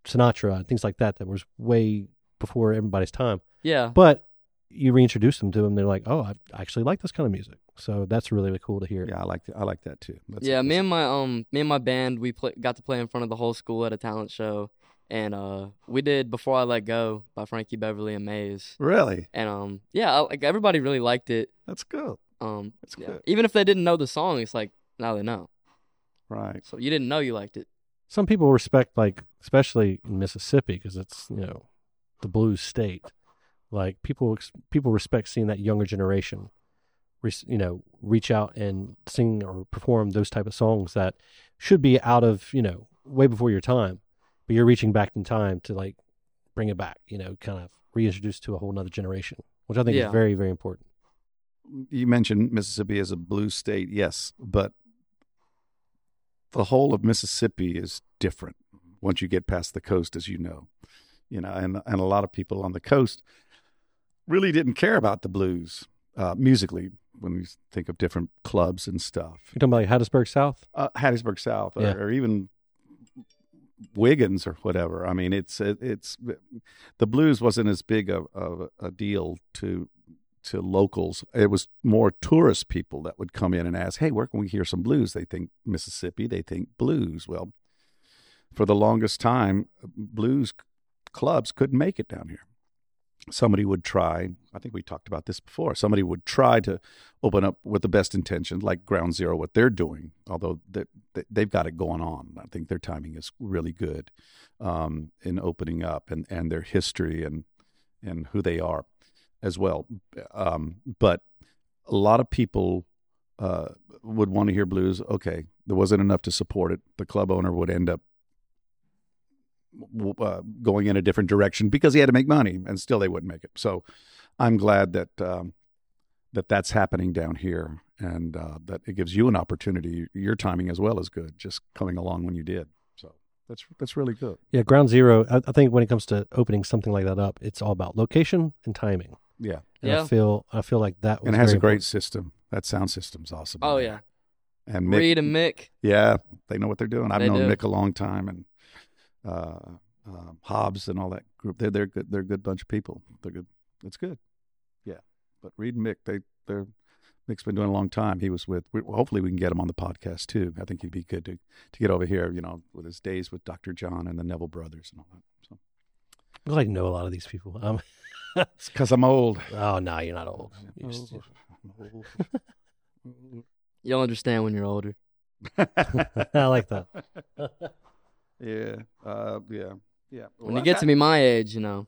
[SPEAKER 2] Sinatra and things like that that was way before everybody's time.
[SPEAKER 1] Yeah,
[SPEAKER 2] But you reintroduce them to them, they're like, "Oh, I actually like this kind of music." So that's really, really cool to hear.
[SPEAKER 3] Yeah, I like that. I like that too. That's
[SPEAKER 1] yeah.
[SPEAKER 3] that's-
[SPEAKER 1] Me and my um me and my band we play, got to play in front of the whole school at a talent show, and uh we did "Before I Let Go" by Frankie Beverly and Mays,
[SPEAKER 3] really,
[SPEAKER 1] and um yeah, I, like everybody really liked it.
[SPEAKER 3] that's good.
[SPEAKER 1] Um,
[SPEAKER 3] That's
[SPEAKER 1] yeah.
[SPEAKER 3] good.
[SPEAKER 1] even if they didn't know the song, it's like now they know.
[SPEAKER 3] Right.
[SPEAKER 1] So you didn't know you liked it.
[SPEAKER 2] Some people respect, like, especially in Mississippi, because it's you know the blues state. Like people, ex- people respect seeing that younger generation, re- you know, reach out and sing or perform those type of songs that should be out of you know way before your time, but you're reaching back in time to like bring it back, you know, kind of reintroduce to a whole nother generation, which I think
[SPEAKER 1] Yeah.
[SPEAKER 2] is very, very important.
[SPEAKER 3] You mentioned Mississippi as a blue state, yes, but the whole of Mississippi is different once you get past the coast, as you know. You know, and and a lot of people on the coast really didn't care about the blues uh, musically when you think of different clubs and stuff.
[SPEAKER 2] You're talking about like Hattiesburg South.
[SPEAKER 3] uh, Hattiesburg South or,
[SPEAKER 2] Yeah.
[SPEAKER 3] or even Wiggins or whatever. I mean, it's it, it's the blues wasn't as big of, of a deal to to locals. It was more tourist people that would come in and ask, "Hey, where can we hear some blues?" They think Mississippi. They think blues. Well, for the longest time, blues clubs couldn't make it down here. Somebody would try. I think we talked about this before. Somebody would try to open up with the best intentions, like Ground Zero, what they're doing. Although they, they, they've got it going on, I think their timing is really good um, in opening up and, and their history and and who they are as well. Um, but a lot of people uh, would want to hear blues. Okay, there wasn't enough to support it. The club owner would end up w- uh, going in a different direction because he had to make money, and still they wouldn't make it. So I'm glad that um, that that's happening down here, and uh, that it gives you an opportunity. Your timing as well is good, just coming along when you did. So that's that's really good.
[SPEAKER 2] Yeah, ground zero. I, I think when it comes to opening something like that up, it's all about location and timing.
[SPEAKER 3] Yeah,
[SPEAKER 2] And I
[SPEAKER 1] Yeah.
[SPEAKER 2] feel I feel like that was
[SPEAKER 3] and it has
[SPEAKER 2] very
[SPEAKER 3] a great
[SPEAKER 2] important.
[SPEAKER 3] system. That sound system's awesome.
[SPEAKER 1] Oh yeah,
[SPEAKER 3] and Mick,
[SPEAKER 1] Reed and Mick.
[SPEAKER 3] yeah, they know what they're doing. I've
[SPEAKER 1] They
[SPEAKER 3] known
[SPEAKER 1] do.
[SPEAKER 3] Mick a long time, and uh, um Hobbs and all that group. They're they're good. They're a good bunch of people. They're good. It's good. Yeah. But Reed and Mick, they they're Mick's been doing it a long time. He was with. We, hopefully, we can get him on the podcast too. I think he'd be good to to get over here. You know, with his days with Dr. John and the Neville brothers and all that. So
[SPEAKER 2] I like know a lot of these people. Um,
[SPEAKER 3] it's because I'm old.
[SPEAKER 2] oh no, you're not old. You're just-
[SPEAKER 3] I'm old.
[SPEAKER 1] You'll understand when you're older.
[SPEAKER 2] I like that.
[SPEAKER 3] yeah. Uh, yeah. Yeah.
[SPEAKER 1] When you get to be my age, you know.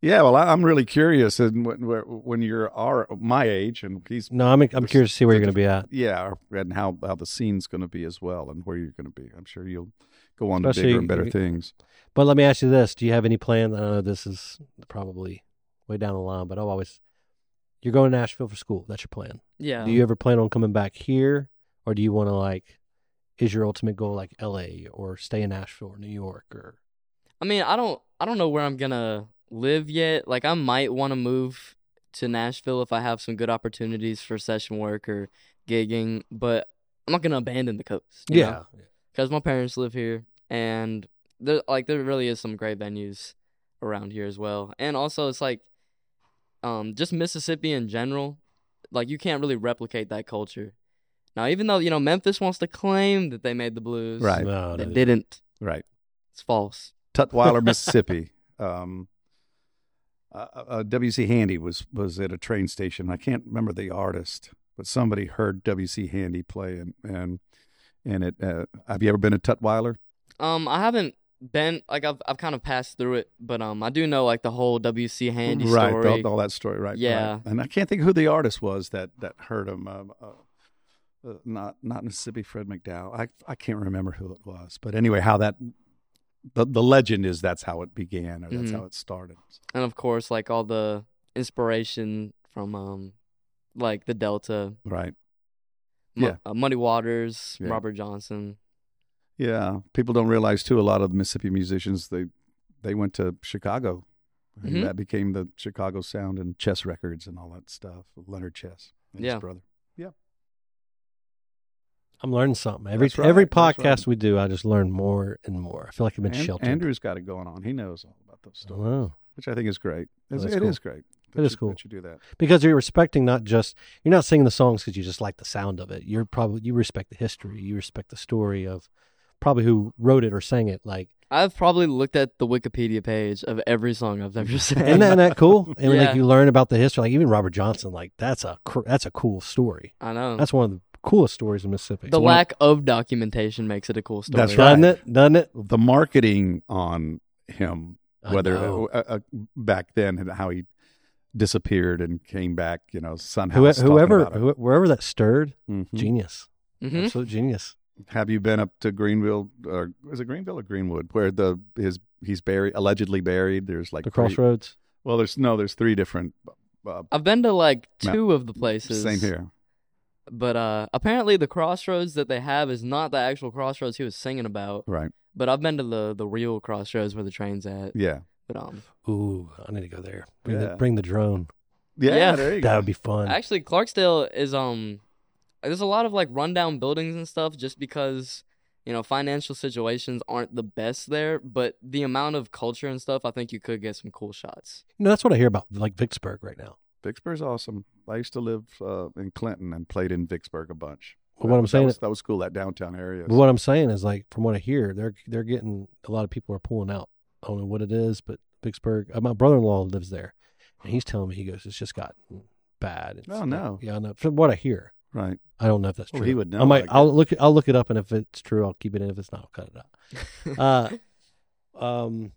[SPEAKER 3] Yeah, well, I- I'm really curious, and when, where- when you're our my age, and he's
[SPEAKER 2] No, I'm I'm curious to see where you're going to be at,
[SPEAKER 3] yeah, and how how the scene's going to be as well, and where you're going to be. I'm sure you'll go on
[SPEAKER 2] Especially
[SPEAKER 3] to bigger and better
[SPEAKER 2] if-
[SPEAKER 3] things.
[SPEAKER 2] but let me ask you this: Do you have any plans? I know this is probably way down the line, but I've always you're going to Nashville for school. That's your plan.
[SPEAKER 1] Yeah.
[SPEAKER 2] Do you ever plan on coming back here, or do you want to like? Is your ultimate goal like L.A. or stay in Nashville or New York or?
[SPEAKER 1] I mean, I don't I don't know where I'm gonna live yet. Like I might want to move to Nashville if I have some good opportunities for session work or gigging, but I'm not gonna abandon the coast. because my parents live here, and there like there really is some great venues around here as well. And also, it's like, um, just Mississippi in general, like you can't really replicate that culture. Now, even though you know Memphis wants to claim that they made the blues,
[SPEAKER 3] Right.
[SPEAKER 2] No,
[SPEAKER 1] They
[SPEAKER 2] no,
[SPEAKER 1] didn't.
[SPEAKER 3] Right,
[SPEAKER 1] It's false.
[SPEAKER 3] Tutwiler, Mississippi. Um, uh, uh, W.C. Handy was was at a train station. I can't remember the artist, but somebody heard W.C. Handy play, and and and it. Uh, have you ever been to Tutwiler?
[SPEAKER 1] Um, I haven't been like I've I've kind of passed through it, but um, I do know like the whole WC Handy
[SPEAKER 3] right,
[SPEAKER 1] story.
[SPEAKER 3] All, all that story, right?
[SPEAKER 1] Yeah.
[SPEAKER 3] right. and I can't think who the artist was that that heard him. Um, uh, uh, not not Mississippi Fred McDowell. I I can't remember who it was, but anyway, how that the the legend is that's how it began or that's
[SPEAKER 1] Mhm.
[SPEAKER 3] how it started.
[SPEAKER 1] and of course, like all the inspiration from um, like the Delta
[SPEAKER 3] Right?
[SPEAKER 1] Mu-
[SPEAKER 3] Yeah.
[SPEAKER 1] uh, Muddy Waters,
[SPEAKER 3] Yeah.
[SPEAKER 1] Robert Johnson.
[SPEAKER 3] Yeah, people don't realize too. A lot of the Mississippi musicians they they went to Chicago. And
[SPEAKER 1] Mhm.
[SPEAKER 3] That became the Chicago sound and chess records and all that stuff. Leonard Chess and
[SPEAKER 1] Yeah.
[SPEAKER 3] his brother.
[SPEAKER 2] I'm learning something every
[SPEAKER 3] That's right,
[SPEAKER 2] every
[SPEAKER 3] that's
[SPEAKER 2] podcast
[SPEAKER 3] right.
[SPEAKER 2] we do. I just learn more and more. I feel like I've been
[SPEAKER 3] And-
[SPEAKER 2] sheltered.
[SPEAKER 3] Andrew's got it going on. He knows all about those
[SPEAKER 2] I
[SPEAKER 3] stories.
[SPEAKER 2] don't know.
[SPEAKER 3] which I think is great.
[SPEAKER 2] Well,
[SPEAKER 3] It's,
[SPEAKER 2] Oh, that's
[SPEAKER 3] it
[SPEAKER 2] cool.
[SPEAKER 3] is great.
[SPEAKER 2] It
[SPEAKER 3] That
[SPEAKER 2] is
[SPEAKER 3] you-
[SPEAKER 2] cool.
[SPEAKER 3] that you do that.
[SPEAKER 2] because you're respecting not just you're not singing the songs because you just like the sound of it. You're probably you respect the history. You respect the story of probably who wrote it or sang it. Like
[SPEAKER 1] I've probably looked at the Wikipedia page of every song I've ever
[SPEAKER 2] isn't
[SPEAKER 1] sang.
[SPEAKER 2] that, isn't that cool? And
[SPEAKER 1] Yeah.
[SPEAKER 2] like you learn about the history. Like even Robert Johnson. Like that's a cr- that's a cool story.
[SPEAKER 1] I know.
[SPEAKER 2] That's one of the coolest stories in
[SPEAKER 1] the
[SPEAKER 2] Mississippi. It's one of-
[SPEAKER 1] lack of documentation makes it a cool story.
[SPEAKER 3] That's right.
[SPEAKER 2] doesn't it doesn't it.
[SPEAKER 3] The marketing on him,
[SPEAKER 2] I
[SPEAKER 3] whether uh,
[SPEAKER 2] know.
[SPEAKER 3] uh, uh, back then and how he disappeared and came back, you know, somehow.
[SPEAKER 2] Whoe-
[SPEAKER 3] it's talking
[SPEAKER 2] whoever
[SPEAKER 3] about him.
[SPEAKER 2] who, wherever that stirred
[SPEAKER 3] Mhm.
[SPEAKER 2] genius
[SPEAKER 1] hmm
[SPEAKER 2] absolute genius.
[SPEAKER 3] Have you been up to Greenville or is it Greenville or Greenwood where the his he's buried allegedly buried? There's like
[SPEAKER 2] The
[SPEAKER 3] three-
[SPEAKER 2] crossroads.
[SPEAKER 3] Well, there's no, there's three different. Uh,
[SPEAKER 1] I've been to like
[SPEAKER 3] No.
[SPEAKER 1] two of the places.
[SPEAKER 3] same here.
[SPEAKER 1] But uh, apparently, the crossroads that they have is not the actual crossroads he was singing about.
[SPEAKER 3] Right.
[SPEAKER 1] But I've been to the the real crossroads where the train's at.
[SPEAKER 3] Yeah.
[SPEAKER 1] But um,
[SPEAKER 2] Ooh, I need to go there. Bring,
[SPEAKER 3] Yeah.
[SPEAKER 2] the, bring the drone.
[SPEAKER 3] Yeah.
[SPEAKER 1] Yeah.
[SPEAKER 3] There you
[SPEAKER 2] That
[SPEAKER 3] go.
[SPEAKER 2] would be fun.
[SPEAKER 1] actually, Clarksdale is um, there's a lot of like rundown buildings and stuff just because you know financial situations aren't the best there. But the amount of culture and stuff, I think you could get some cool shots.
[SPEAKER 2] You know, that's what I hear about like Vicksburg right now.
[SPEAKER 3] Vicksburg's awesome. I used to live uh, in Clinton and played in Vicksburg a bunch.
[SPEAKER 2] But what I'm
[SPEAKER 3] That
[SPEAKER 2] saying
[SPEAKER 3] was-
[SPEAKER 2] is-
[SPEAKER 3] that was cool. That downtown area.
[SPEAKER 2] But what I'm saying is, like, from what I hear, they're they're getting a lot of people are pulling out. I don't know what it is, but Vicksburg. Uh, my brother-in-law lives there, and he's telling me he goes, "It's just gotten bad." It's
[SPEAKER 3] Oh,
[SPEAKER 2] like-
[SPEAKER 3] no.
[SPEAKER 2] yeah, I know. From what I hear,
[SPEAKER 3] Right.
[SPEAKER 2] I don't know if that's
[SPEAKER 3] Oh,
[SPEAKER 2] true.
[SPEAKER 3] he would know,
[SPEAKER 2] I might.
[SPEAKER 3] I guess.
[SPEAKER 2] I'll look. I'll look it up, and if it's true, I'll keep it in. If it's not, I'll cut it out. uh, um,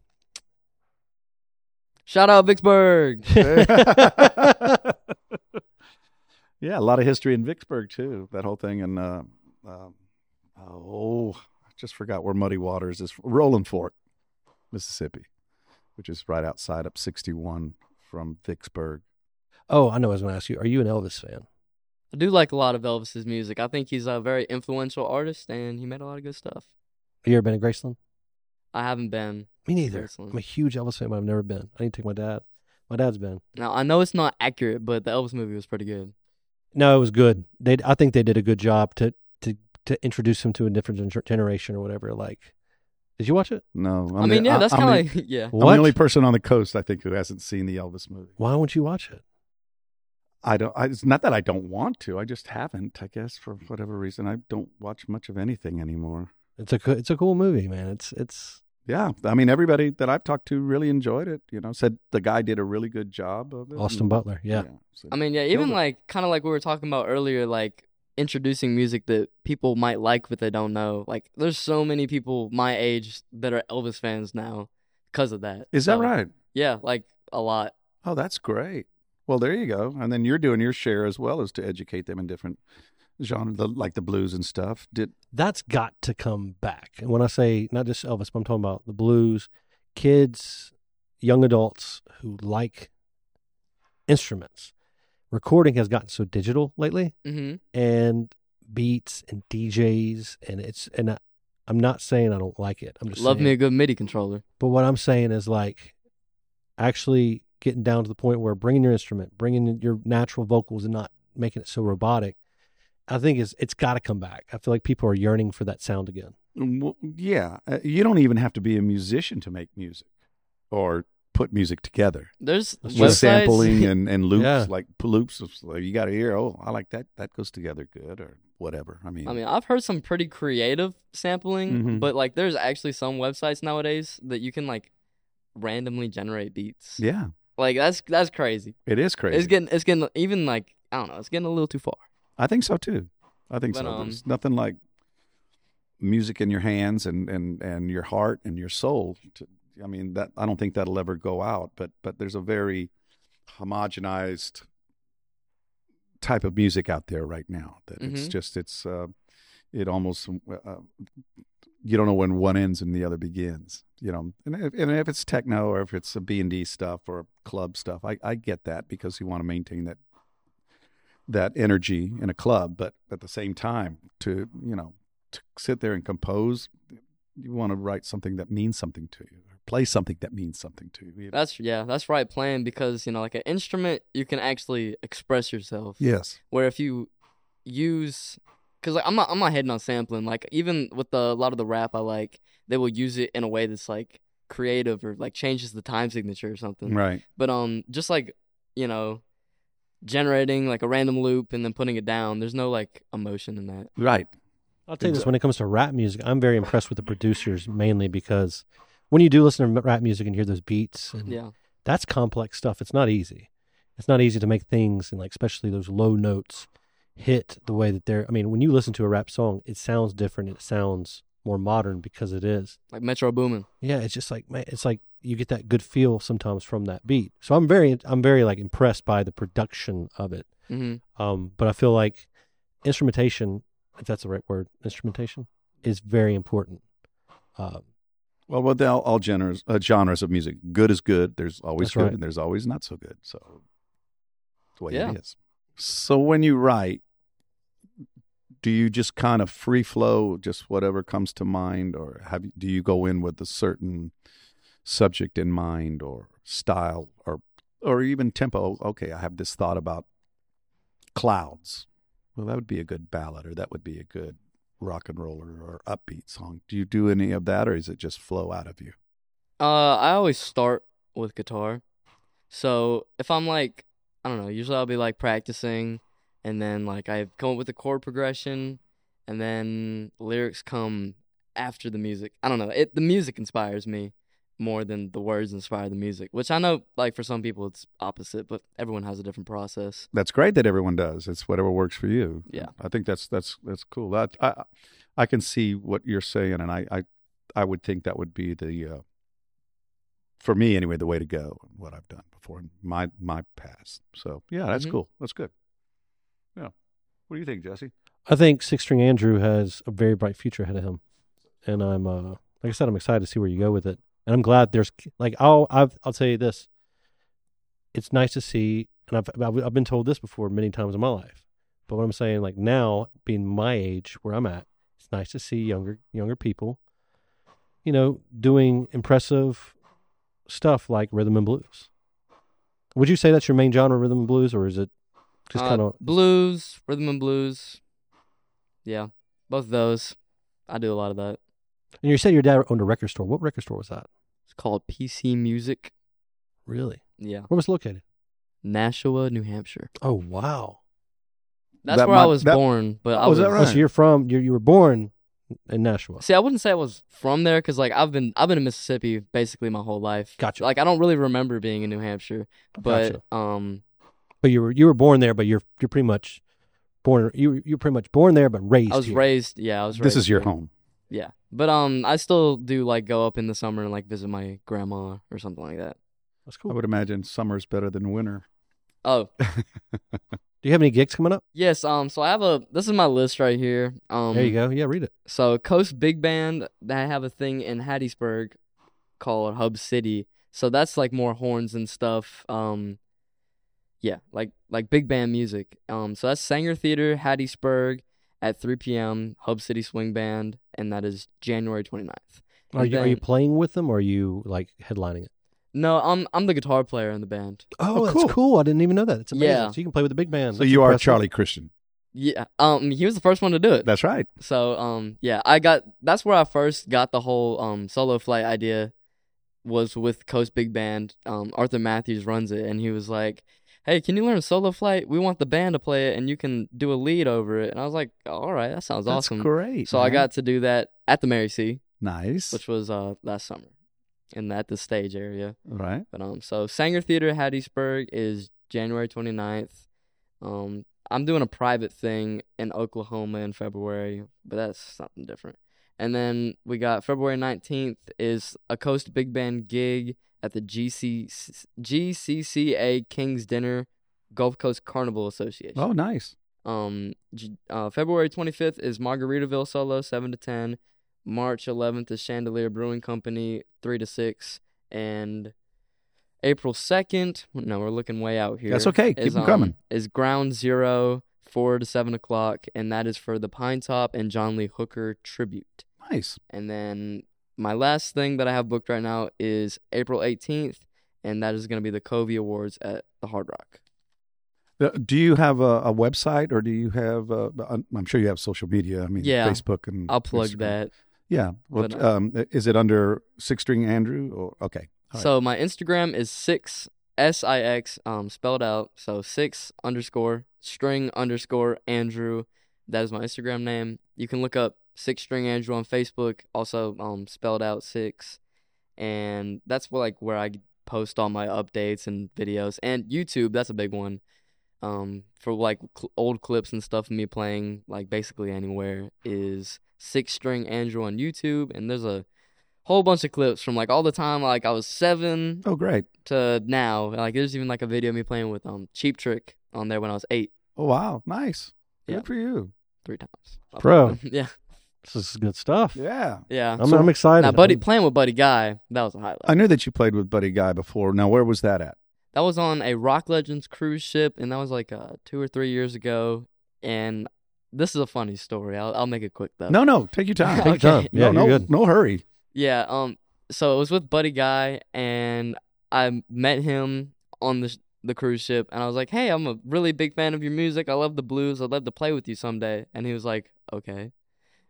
[SPEAKER 1] Shout out Vicksburg.
[SPEAKER 3] yeah, a lot of history in Vicksburg too. That whole thing and uh, um, oh, I just forgot where Muddy Waters is. Rolling Fork, Mississippi, which is right outside up 61 from Vicksburg.
[SPEAKER 2] oh, I know. I was going to ask you. Are you an Elvis fan?
[SPEAKER 1] I do like a lot of Elvis's music. I think he's a very influential artist, and he made a lot of good stuff.
[SPEAKER 2] Have you ever been to Graceland?
[SPEAKER 1] I haven't been.
[SPEAKER 2] Me neither.
[SPEAKER 1] Graceland.
[SPEAKER 2] I'm a huge Elvis fan, but I've never been. I need to take my dad. My dad's been.
[SPEAKER 1] Now I know it's not accurate, but the Elvis movie was pretty good.
[SPEAKER 2] No, it was good. They, I think they did a good job to to to introduce him to a different gen- generation or whatever. Like, Did you watch it?
[SPEAKER 3] No,
[SPEAKER 1] I mean, yeah, that's
[SPEAKER 3] I'm
[SPEAKER 1] kind
[SPEAKER 3] the-
[SPEAKER 1] of like, yeah.
[SPEAKER 3] I'm the only person on the coast, I think, who hasn't seen the Elvis movie.
[SPEAKER 2] Why won't you watch it?
[SPEAKER 3] I don't. I, it's not that I don't want to. I just haven't. I guess for whatever reason, I don't watch much of anything anymore.
[SPEAKER 2] It's a co- it's a cool movie, man. It's it's
[SPEAKER 3] Yeah, I mean, everybody that I've talked to really enjoyed it. You know, said the guy did a really good job of it.
[SPEAKER 2] Austin
[SPEAKER 3] and-
[SPEAKER 2] Butler. Yeah.
[SPEAKER 3] so-
[SPEAKER 1] I mean, yeah,
[SPEAKER 3] Killed
[SPEAKER 1] even
[SPEAKER 3] it.
[SPEAKER 1] like kind of like we were talking about earlier, like introducing music that people might like but they don't know. Like, there's so many people my age that are Elvis fans now because of that.
[SPEAKER 3] is that
[SPEAKER 1] So,
[SPEAKER 3] right?
[SPEAKER 1] Yeah, like a lot.
[SPEAKER 3] Oh, that's great. Well, there you go. And then you're doing your share as well as to educate them in different genres, the, like the blues and stuff. Did
[SPEAKER 2] That's got to come back. And when I say not just Elvis, but I'm talking about the blues, kids, young adults who like instruments. Recording has gotten so digital lately.
[SPEAKER 1] hmm
[SPEAKER 2] and beats and DJs and it's and I, I'm not saying I don't like it. I'm just
[SPEAKER 1] Love
[SPEAKER 2] saying,
[SPEAKER 1] me a good MIDI controller.
[SPEAKER 2] But what I'm saying is like actually getting down to the point where bringing your instrument, bringing your natural vocals, and not making it so robotic. I think is it's got to come back. I feel like people are yearning for that sound again.
[SPEAKER 3] well, yeah, uh, you don't even have to be a musician to make music or put music together.
[SPEAKER 1] There's
[SPEAKER 2] That's
[SPEAKER 3] with
[SPEAKER 1] websites.
[SPEAKER 3] sampling and, and loops
[SPEAKER 2] Yeah.
[SPEAKER 3] like p- loops of like, you got to hear oh I like that that goes together good or whatever I mean
[SPEAKER 1] I mean, I've heard some pretty creative sampling,
[SPEAKER 3] Mhm.
[SPEAKER 1] but like, there's actually some websites nowadays that you can like randomly generate beats.
[SPEAKER 3] yeah
[SPEAKER 1] Like that's that's crazy.
[SPEAKER 3] it is crazy
[SPEAKER 1] It's getting it's getting even like I don't know. It's getting a little too far.
[SPEAKER 3] I think so too I think
[SPEAKER 1] But,
[SPEAKER 3] so
[SPEAKER 1] um,
[SPEAKER 3] there's nothing like music in your hands and and and your heart and your soul to, I mean that I don't think that'll ever go out but but there's a very homogenized type of music out there right now that it's
[SPEAKER 1] Mhm.
[SPEAKER 3] just it's uh, it almost uh, you don't know when one ends and the other begins you know and if, and if it's techno or if it's a b&d stuff or club stuff i, I get that because you want to maintain that that energy in a club but at the same time to you know to sit there and compose you want to write something that means something to you or play something that means something to you
[SPEAKER 1] That's yeah, that's right. Playing because you know, like an instrument, you can actually express yourself.
[SPEAKER 3] yes
[SPEAKER 1] Where if you use, because like I'm not, I'm not heading on sampling. Like even with the, a lot of the rap I like, they will use it in a way that's like creative or like changes the time signature or something.
[SPEAKER 3] right
[SPEAKER 1] But um, just like you know, generating like a random loop and then putting it down. There's no like emotion in that.
[SPEAKER 3] right
[SPEAKER 2] I'll tell you this: when it comes to rap music, I'm very impressed with the producers mainly because when you do listen to rap music and hear those beats and
[SPEAKER 1] Yeah.
[SPEAKER 2] that's complex stuff. It's not easy. It's not easy to make things and like especially those low notes hit the way that they're I mean, when you listen to a rap song, it sounds different. It sounds more modern because it is.
[SPEAKER 1] Like Metro Boomin.
[SPEAKER 2] Yeah, it's just like man, it's like you get that good feel sometimes from that beat. So I'm very I'm very like impressed by the production of it.
[SPEAKER 1] hmm
[SPEAKER 2] Um, but I feel like instrumentation, if that's the right word, instrumentation is very important. Uh,
[SPEAKER 3] Well, with all, all genres, uh, genres of music, good is good. There's always
[SPEAKER 2] That's
[SPEAKER 3] good,
[SPEAKER 2] right.
[SPEAKER 3] and there's always not so good. So it's the way
[SPEAKER 1] Yeah.
[SPEAKER 3] it is. So when you write, do you just kind of free flow, just whatever comes to mind, or have you- do you go in with a certain subject in mind, or style, or or even tempo? Okay, I have this thought about clouds. Well, that would be a good ballad, or that would be a good rock and roller or upbeat song. Do you do any of that, or is it just flow out of you?
[SPEAKER 1] Uh, I always start with guitar. So if I'm like, I don't know, usually I'll be like practicing, and then like I come up with a chord progression, and then lyrics come after the music. I don't know. It the music inspires me more than the words inspire the music, which I know like for some people it's opposite, but everyone has a different process.
[SPEAKER 3] That's great that everyone does. It's whatever works for you.
[SPEAKER 1] Yeah.
[SPEAKER 3] I think that's that's that's cool. I I, I can see what you're saying, and I I, I would think that would be the uh, for me anyway the way to go. and What I've done before in my my past. So yeah, that's
[SPEAKER 1] Mhm.
[SPEAKER 3] cool. That's good. Yeah. What do you think, Jesse?
[SPEAKER 2] I think Six String Andrew has a very bright future ahead of him, and I'm uh, like I said, I'm excited to see where you go with it, and I'm glad there's like I'll I've, I'll tell you this. It's nice to see, and I've I've I've been told this before many times in my life, but what I'm saying like now being my age where I'm at, it's nice to see younger younger people, you know, doing impressive stuff like rhythm and blues. Would you say that's your main genre, rhythm and blues, or is it just
[SPEAKER 1] Uh,
[SPEAKER 2] kind of
[SPEAKER 1] blues, rhythm and blues. Yeah, both of those. I do a lot of that.
[SPEAKER 2] And you said your dad owned a record store. What record store was that?
[SPEAKER 1] It's called PC Music.
[SPEAKER 2] Really?
[SPEAKER 1] Yeah,
[SPEAKER 2] Where was it located?
[SPEAKER 1] Nashua, New Hampshire.
[SPEAKER 2] Oh wow!
[SPEAKER 1] That's
[SPEAKER 3] That
[SPEAKER 1] where I
[SPEAKER 3] might-
[SPEAKER 1] was
[SPEAKER 3] that-
[SPEAKER 1] born, but I
[SPEAKER 3] Oh, is
[SPEAKER 1] was
[SPEAKER 3] that
[SPEAKER 2] Oh, so
[SPEAKER 3] Right.
[SPEAKER 2] you're from you you were born in Nashua.
[SPEAKER 1] See, I wouldn't say I was from there because like I've been I've been in Mississippi basically my whole life.
[SPEAKER 2] Gotcha.
[SPEAKER 1] Like I don't really remember being in New Hampshire, but um,
[SPEAKER 2] But you were you were born there, but you're you're pretty much born you were- you're pretty much born there, but raised.
[SPEAKER 1] I was
[SPEAKER 2] here.
[SPEAKER 1] raised. Yeah, I was.
[SPEAKER 3] This
[SPEAKER 1] raised
[SPEAKER 3] is your
[SPEAKER 1] here.
[SPEAKER 3] home.
[SPEAKER 1] Yeah, but um, I still do like go up in the summer and like visit my grandma or something like that.
[SPEAKER 2] That's
[SPEAKER 3] I
[SPEAKER 2] cool.
[SPEAKER 3] would imagine summer's better than winter.
[SPEAKER 1] Oh
[SPEAKER 2] Do you have any gigs coming up?
[SPEAKER 1] yes, um, so I have a this is my list right here. Um,
[SPEAKER 2] there you go. Yeah, read it.
[SPEAKER 1] So Coast Big Band, they have a thing in Hattiesburg called Hub City. So that's like more horns and stuff. Um yeah, like like big band music. Um so that's Sanger Theater, Hattiesburg at 3 p.m. Hub City Swing Band and that is January 29th.
[SPEAKER 2] Are you are you
[SPEAKER 1] then-
[SPEAKER 2] playing with them or are you like headlining it?
[SPEAKER 1] No, I'm I'm the guitar player in the band.
[SPEAKER 2] Oh,
[SPEAKER 3] that's
[SPEAKER 2] that's cool. I didn't even know that. It's amazing.
[SPEAKER 1] Yeah.
[SPEAKER 2] So you can play with the big band.
[SPEAKER 3] So
[SPEAKER 2] That's
[SPEAKER 3] you are
[SPEAKER 2] impressive.
[SPEAKER 3] Charlie Christian.
[SPEAKER 1] Yeah, um he was the first one to do it.
[SPEAKER 3] That's right.
[SPEAKER 1] So um yeah, I got that's where I first got the whole um solo flight idea was with Coast Big Band. Um Arthur Matthews runs it and he was like, "Hey, can you learn solo flight? We want the band to play it and you can do a lead over it." And I was like, "All right, that sounds awesome."
[SPEAKER 3] That's great.
[SPEAKER 1] So I
[SPEAKER 3] man.
[SPEAKER 1] got to do that at the Mary C,
[SPEAKER 3] nice.
[SPEAKER 1] which was uh last summer and at the stage area.
[SPEAKER 3] Right.
[SPEAKER 1] But um so Sanger Theater Hattiesburg is January 29th. Um I'm doing a private thing in Oklahoma in February, but that's something different. And then we got February 19th is a Coast Big Band gig at the GC, GCCA King's Dinner Gulf Coast Carnival Association.
[SPEAKER 3] Oh, nice.
[SPEAKER 1] Um, J- uh, February 25th is Margaritaville Solo, 7 to 10. March 11th is Chandelier Brewing Company, 3 to 6. And April 2nd, no, we're looking way out here.
[SPEAKER 3] That's okay. Keep
[SPEAKER 1] is,
[SPEAKER 3] 'em coming.
[SPEAKER 1] um, Is Ground Zero, 4 to 7 o'clock. And that is for the Pine Top and John Lee Hooker tribute.
[SPEAKER 3] Nice.
[SPEAKER 1] And then my last thing that I have booked right now is April 18th. And that is going to be the Covey Awards at the Hard Rock.
[SPEAKER 3] Uh, Do you have a, a website or do you have? i am I'm sure you have social media. I mean,
[SPEAKER 1] Yeah.
[SPEAKER 3] Facebook and
[SPEAKER 1] I'll plug
[SPEAKER 3] Instagram.
[SPEAKER 1] that.
[SPEAKER 3] Yeah. Well,
[SPEAKER 1] But, uh,
[SPEAKER 3] um, is it under Six String Andrew? Or okay. All right.
[SPEAKER 1] So my Instagram is six S I X um spelled out. So six underscore string underscore Andrew. That is my Instagram name. You can look up six string Andrew on Facebook, also um spelled out six. And that's where like where I post all my updates and videos. And YouTube, that's a big one. Um, for like cl- old clips and stuff of me playing like basically anywhere is six string Andrew on YouTube, and there's a whole bunch of clips from like all the time like I was seven
[SPEAKER 3] Oh, great.
[SPEAKER 1] to now. Like there's even like a video of me playing with um Cheap Trick on there when I was eight
[SPEAKER 3] Oh, wow. Nice. Good
[SPEAKER 1] Yeah.
[SPEAKER 3] for you.
[SPEAKER 1] three times.
[SPEAKER 2] Bro.
[SPEAKER 1] yeah,
[SPEAKER 2] This is good stuff.
[SPEAKER 3] Yeah.
[SPEAKER 1] yeah.
[SPEAKER 2] I'm,
[SPEAKER 3] So-
[SPEAKER 2] I'm excited.
[SPEAKER 1] now, buddy
[SPEAKER 2] I'm-
[SPEAKER 1] playing with Buddy Guy, that was a highlight.
[SPEAKER 3] I knew that you played with Buddy Guy before. Now, where was that at?
[SPEAKER 1] that was on a Rock Legends cruise ship, and that was like uh, two or three years ago. And this is a funny story. I'll, I'll make it quick though.
[SPEAKER 3] No, no. Take your time.
[SPEAKER 2] Take your time. Yeah,
[SPEAKER 3] no,
[SPEAKER 2] you're
[SPEAKER 3] no,
[SPEAKER 2] good.
[SPEAKER 3] no hurry.
[SPEAKER 1] Yeah. Um. So it was with Buddy Guy, and I met him on the sh- the cruise ship, and I was like, "Hey, I'm a really big fan of your music. I love the blues. I'd love to play with you someday." And he was like, "Okay."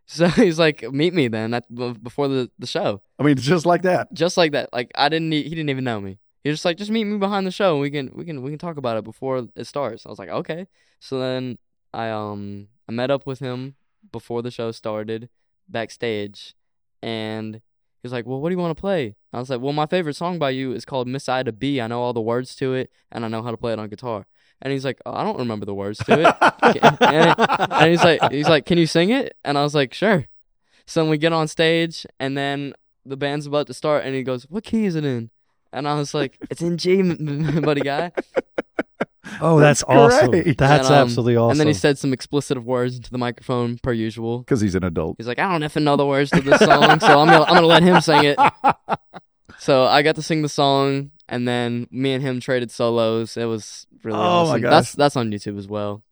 [SPEAKER 1] So he's like, "Meet me then at b- before the the show."
[SPEAKER 3] I mean, just like that.
[SPEAKER 1] Just like that. Like I didn't. e- He didn't even know me. He was just like, "Just meet me behind the show. And we can we can we can talk about it before it starts." I was like, "Okay." So then I um I met up with him before the show started backstage, and he was like, "Well, what do you want to play?" And I was like, "Well, my favorite song by you is called Miss Ida B. I know all the words to it, and I know how to play it on guitar." And he's like, oh, "I don't remember the words to it." and, and he's like, "He's like, can you sing it?" And I was like, "Sure." So then we get on stage, and then the band's about to start, and he goes, "What key is it in?" And I was like, "It's in G, m- m- buddy guy."
[SPEAKER 2] Oh, that's,
[SPEAKER 3] That's
[SPEAKER 2] awesome.
[SPEAKER 3] great.
[SPEAKER 2] That's
[SPEAKER 1] And, um,
[SPEAKER 2] absolutely awesome.
[SPEAKER 1] And then he said some explicit words into the microphone per usual.
[SPEAKER 3] Because he's an adult.
[SPEAKER 1] He's like, I don't effing know the words to this song, so I'm gonna, I'm gonna let him sing it. So I got to sing the song, and then me and him traded solos. It was really
[SPEAKER 3] Oh my
[SPEAKER 1] awesome.
[SPEAKER 3] gosh.
[SPEAKER 1] That's that's on YouTube as well.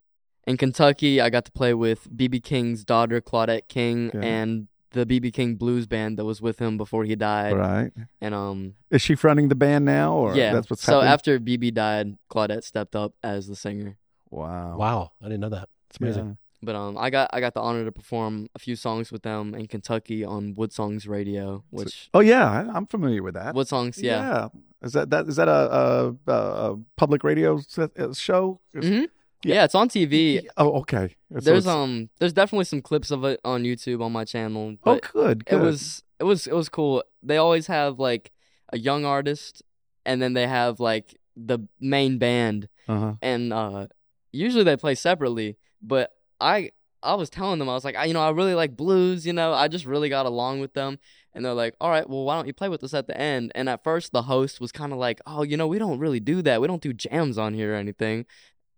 [SPEAKER 1] In Kentucky, I got to play with BB King's daughter Claudette King
[SPEAKER 3] Yeah.
[SPEAKER 1] and the BB King blues band that was with him before he died.
[SPEAKER 3] Right.
[SPEAKER 1] And um,
[SPEAKER 3] Is she fronting the band now? Or
[SPEAKER 1] yeah.
[SPEAKER 3] that's what's
[SPEAKER 1] so
[SPEAKER 3] happening?
[SPEAKER 1] after BB died, Claudette stepped up as the singer.
[SPEAKER 3] wow.
[SPEAKER 2] wow, I didn't know that. It's amazing.
[SPEAKER 3] Yeah.
[SPEAKER 1] But um, I got I got the honor to perform a few songs with them in Kentucky on Wood Songs Radio, which
[SPEAKER 3] Oh yeah, I, I'm familiar with that.
[SPEAKER 1] Wood Songs, yeah.
[SPEAKER 3] Is that that is that a, a, a public radio set, uh, show? Is-
[SPEAKER 1] Mhm.
[SPEAKER 3] Yeah.
[SPEAKER 1] yeah, it's on TV.
[SPEAKER 3] Oh, okay. So
[SPEAKER 1] there's
[SPEAKER 3] it's-
[SPEAKER 1] um, there's definitely some clips of it on YouTube on my channel.
[SPEAKER 3] Oh,
[SPEAKER 1] But
[SPEAKER 3] good.
[SPEAKER 1] it
[SPEAKER 3] good.
[SPEAKER 1] was it was it was cool. They always have like a young artist, and then they have like the main band,
[SPEAKER 3] Uh-huh.
[SPEAKER 1] and uh, usually they play separately. But I I was telling them I was like, I, you know, I really like blues. You know, I just really got along with them, and they're like, all right, well, why don't you play with us at the end? And at first, the host was kind of like, oh, you know, we don't really do that. We don't do jams on here or anything.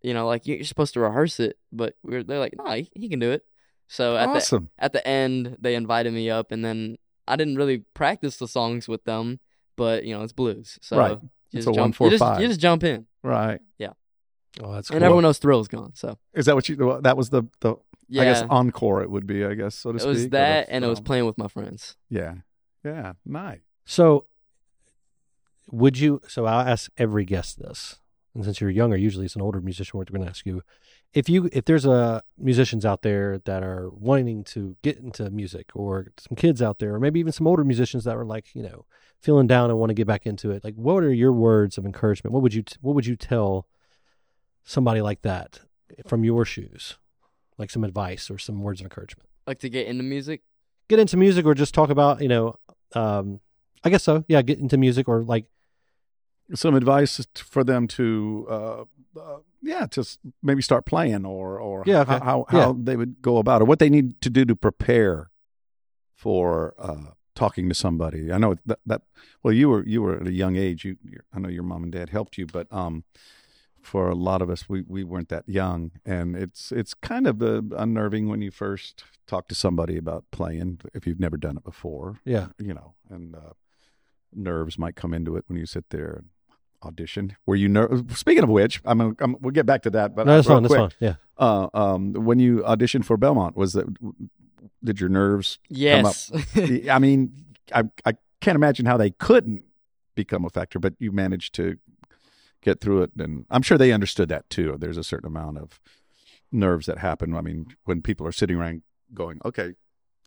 [SPEAKER 1] You know, like you're supposed to rehearse it, but we're, they're like, nah, he, he can do it. So at the
[SPEAKER 3] awesome.
[SPEAKER 1] at the end they invited me up and then I didn't really practice the songs with them, but you know, it's blues. So
[SPEAKER 3] Right.
[SPEAKER 1] you
[SPEAKER 3] It's
[SPEAKER 1] just
[SPEAKER 3] a
[SPEAKER 1] jump,
[SPEAKER 3] one, four,
[SPEAKER 1] you just,
[SPEAKER 3] five.
[SPEAKER 1] You just jump in.
[SPEAKER 3] Right.
[SPEAKER 2] Oh, that's
[SPEAKER 1] And everyone else thrill's gone. So
[SPEAKER 3] Is that what you? That was the the.
[SPEAKER 1] yeah.
[SPEAKER 3] I guess encore it would be. I guess so to
[SPEAKER 1] it
[SPEAKER 3] speak.
[SPEAKER 1] was
[SPEAKER 3] or the
[SPEAKER 1] that and it was
[SPEAKER 3] film.
[SPEAKER 1] playing with my friends.
[SPEAKER 3] Yeah. Yeah. Nice.
[SPEAKER 2] So, would you? So, I'll ask every guest this, and since you're younger, usually it's an older musician. We're going to ask you if you if there's a musicians out there that are wanting to get into music, or some kids out there, or maybe even some older musicians that were like you know feeling down and want to get back into it. Like, what are your words of encouragement? What would you t- What would you tell somebody like that from your shoes? Like some advice or some words of encouragement.
[SPEAKER 1] Like to get into music.
[SPEAKER 2] get into music or just talk about you know um i guess so yeah get into music or like
[SPEAKER 3] some advice t- for them to uh, uh yeah just maybe start playing or or
[SPEAKER 2] Yeah,
[SPEAKER 3] ho-
[SPEAKER 2] okay.
[SPEAKER 3] how
[SPEAKER 2] Yeah.
[SPEAKER 3] how they would go about or what they need to do to prepare for uh talking to somebody i know that, that well you were you were at a young age you, you i know your mom and dad helped you but um for a lot of us we we weren't that young and it's it's kind of uh, unnerving when you first talk to somebody about playing if you've never done it before
[SPEAKER 2] yeah
[SPEAKER 3] you know, and uh, nerves might come into it when you sit there and audition. Were you ner- Speaking of which, I'm, gonna- I'm we'll get back to that, but
[SPEAKER 2] no, that's
[SPEAKER 3] real
[SPEAKER 2] fine that's
[SPEAKER 3] quick,
[SPEAKER 2] fine yeah
[SPEAKER 3] Uh, um, when you auditioned for Belmont, was that did your nerves?
[SPEAKER 1] Yes.
[SPEAKER 3] I mean, I I can't imagine how they couldn't become a factor, but you managed to get through it, and I'm sure they understood that too. There's a certain amount of nerves that happen. I mean, when people are sitting around going, "Okay,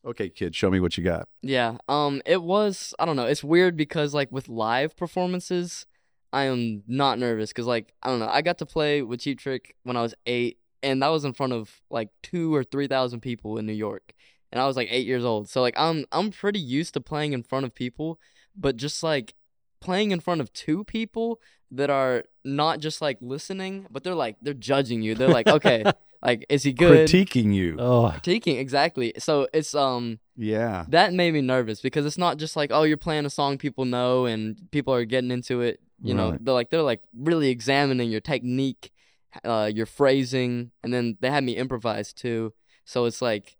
[SPEAKER 3] okay, kid, show me what you got."
[SPEAKER 1] yeah. Um it was I don't know, it's weird because like with live performances, I am not nervous cuz like I don't know, I got to play with Cheap Trick when I was 8 and that was in front of like 2 or 3,000 people in New York. and I was like eight years old. So like I'm I'm pretty used to playing in front of people, but just like playing in front of two people that are not just like listening, but they're like they're judging you. They're like, okay, like is he good?
[SPEAKER 3] critiquing you.
[SPEAKER 2] oh
[SPEAKER 1] Critiquing exactly. So it's um
[SPEAKER 3] Yeah.
[SPEAKER 1] that made me nervous because it's not just like oh you're playing a song people know and people are getting into it. You know
[SPEAKER 3] Right.
[SPEAKER 1] they're like they're like really examining your technique, uh, your phrasing, and then they had me improvise too. So it's like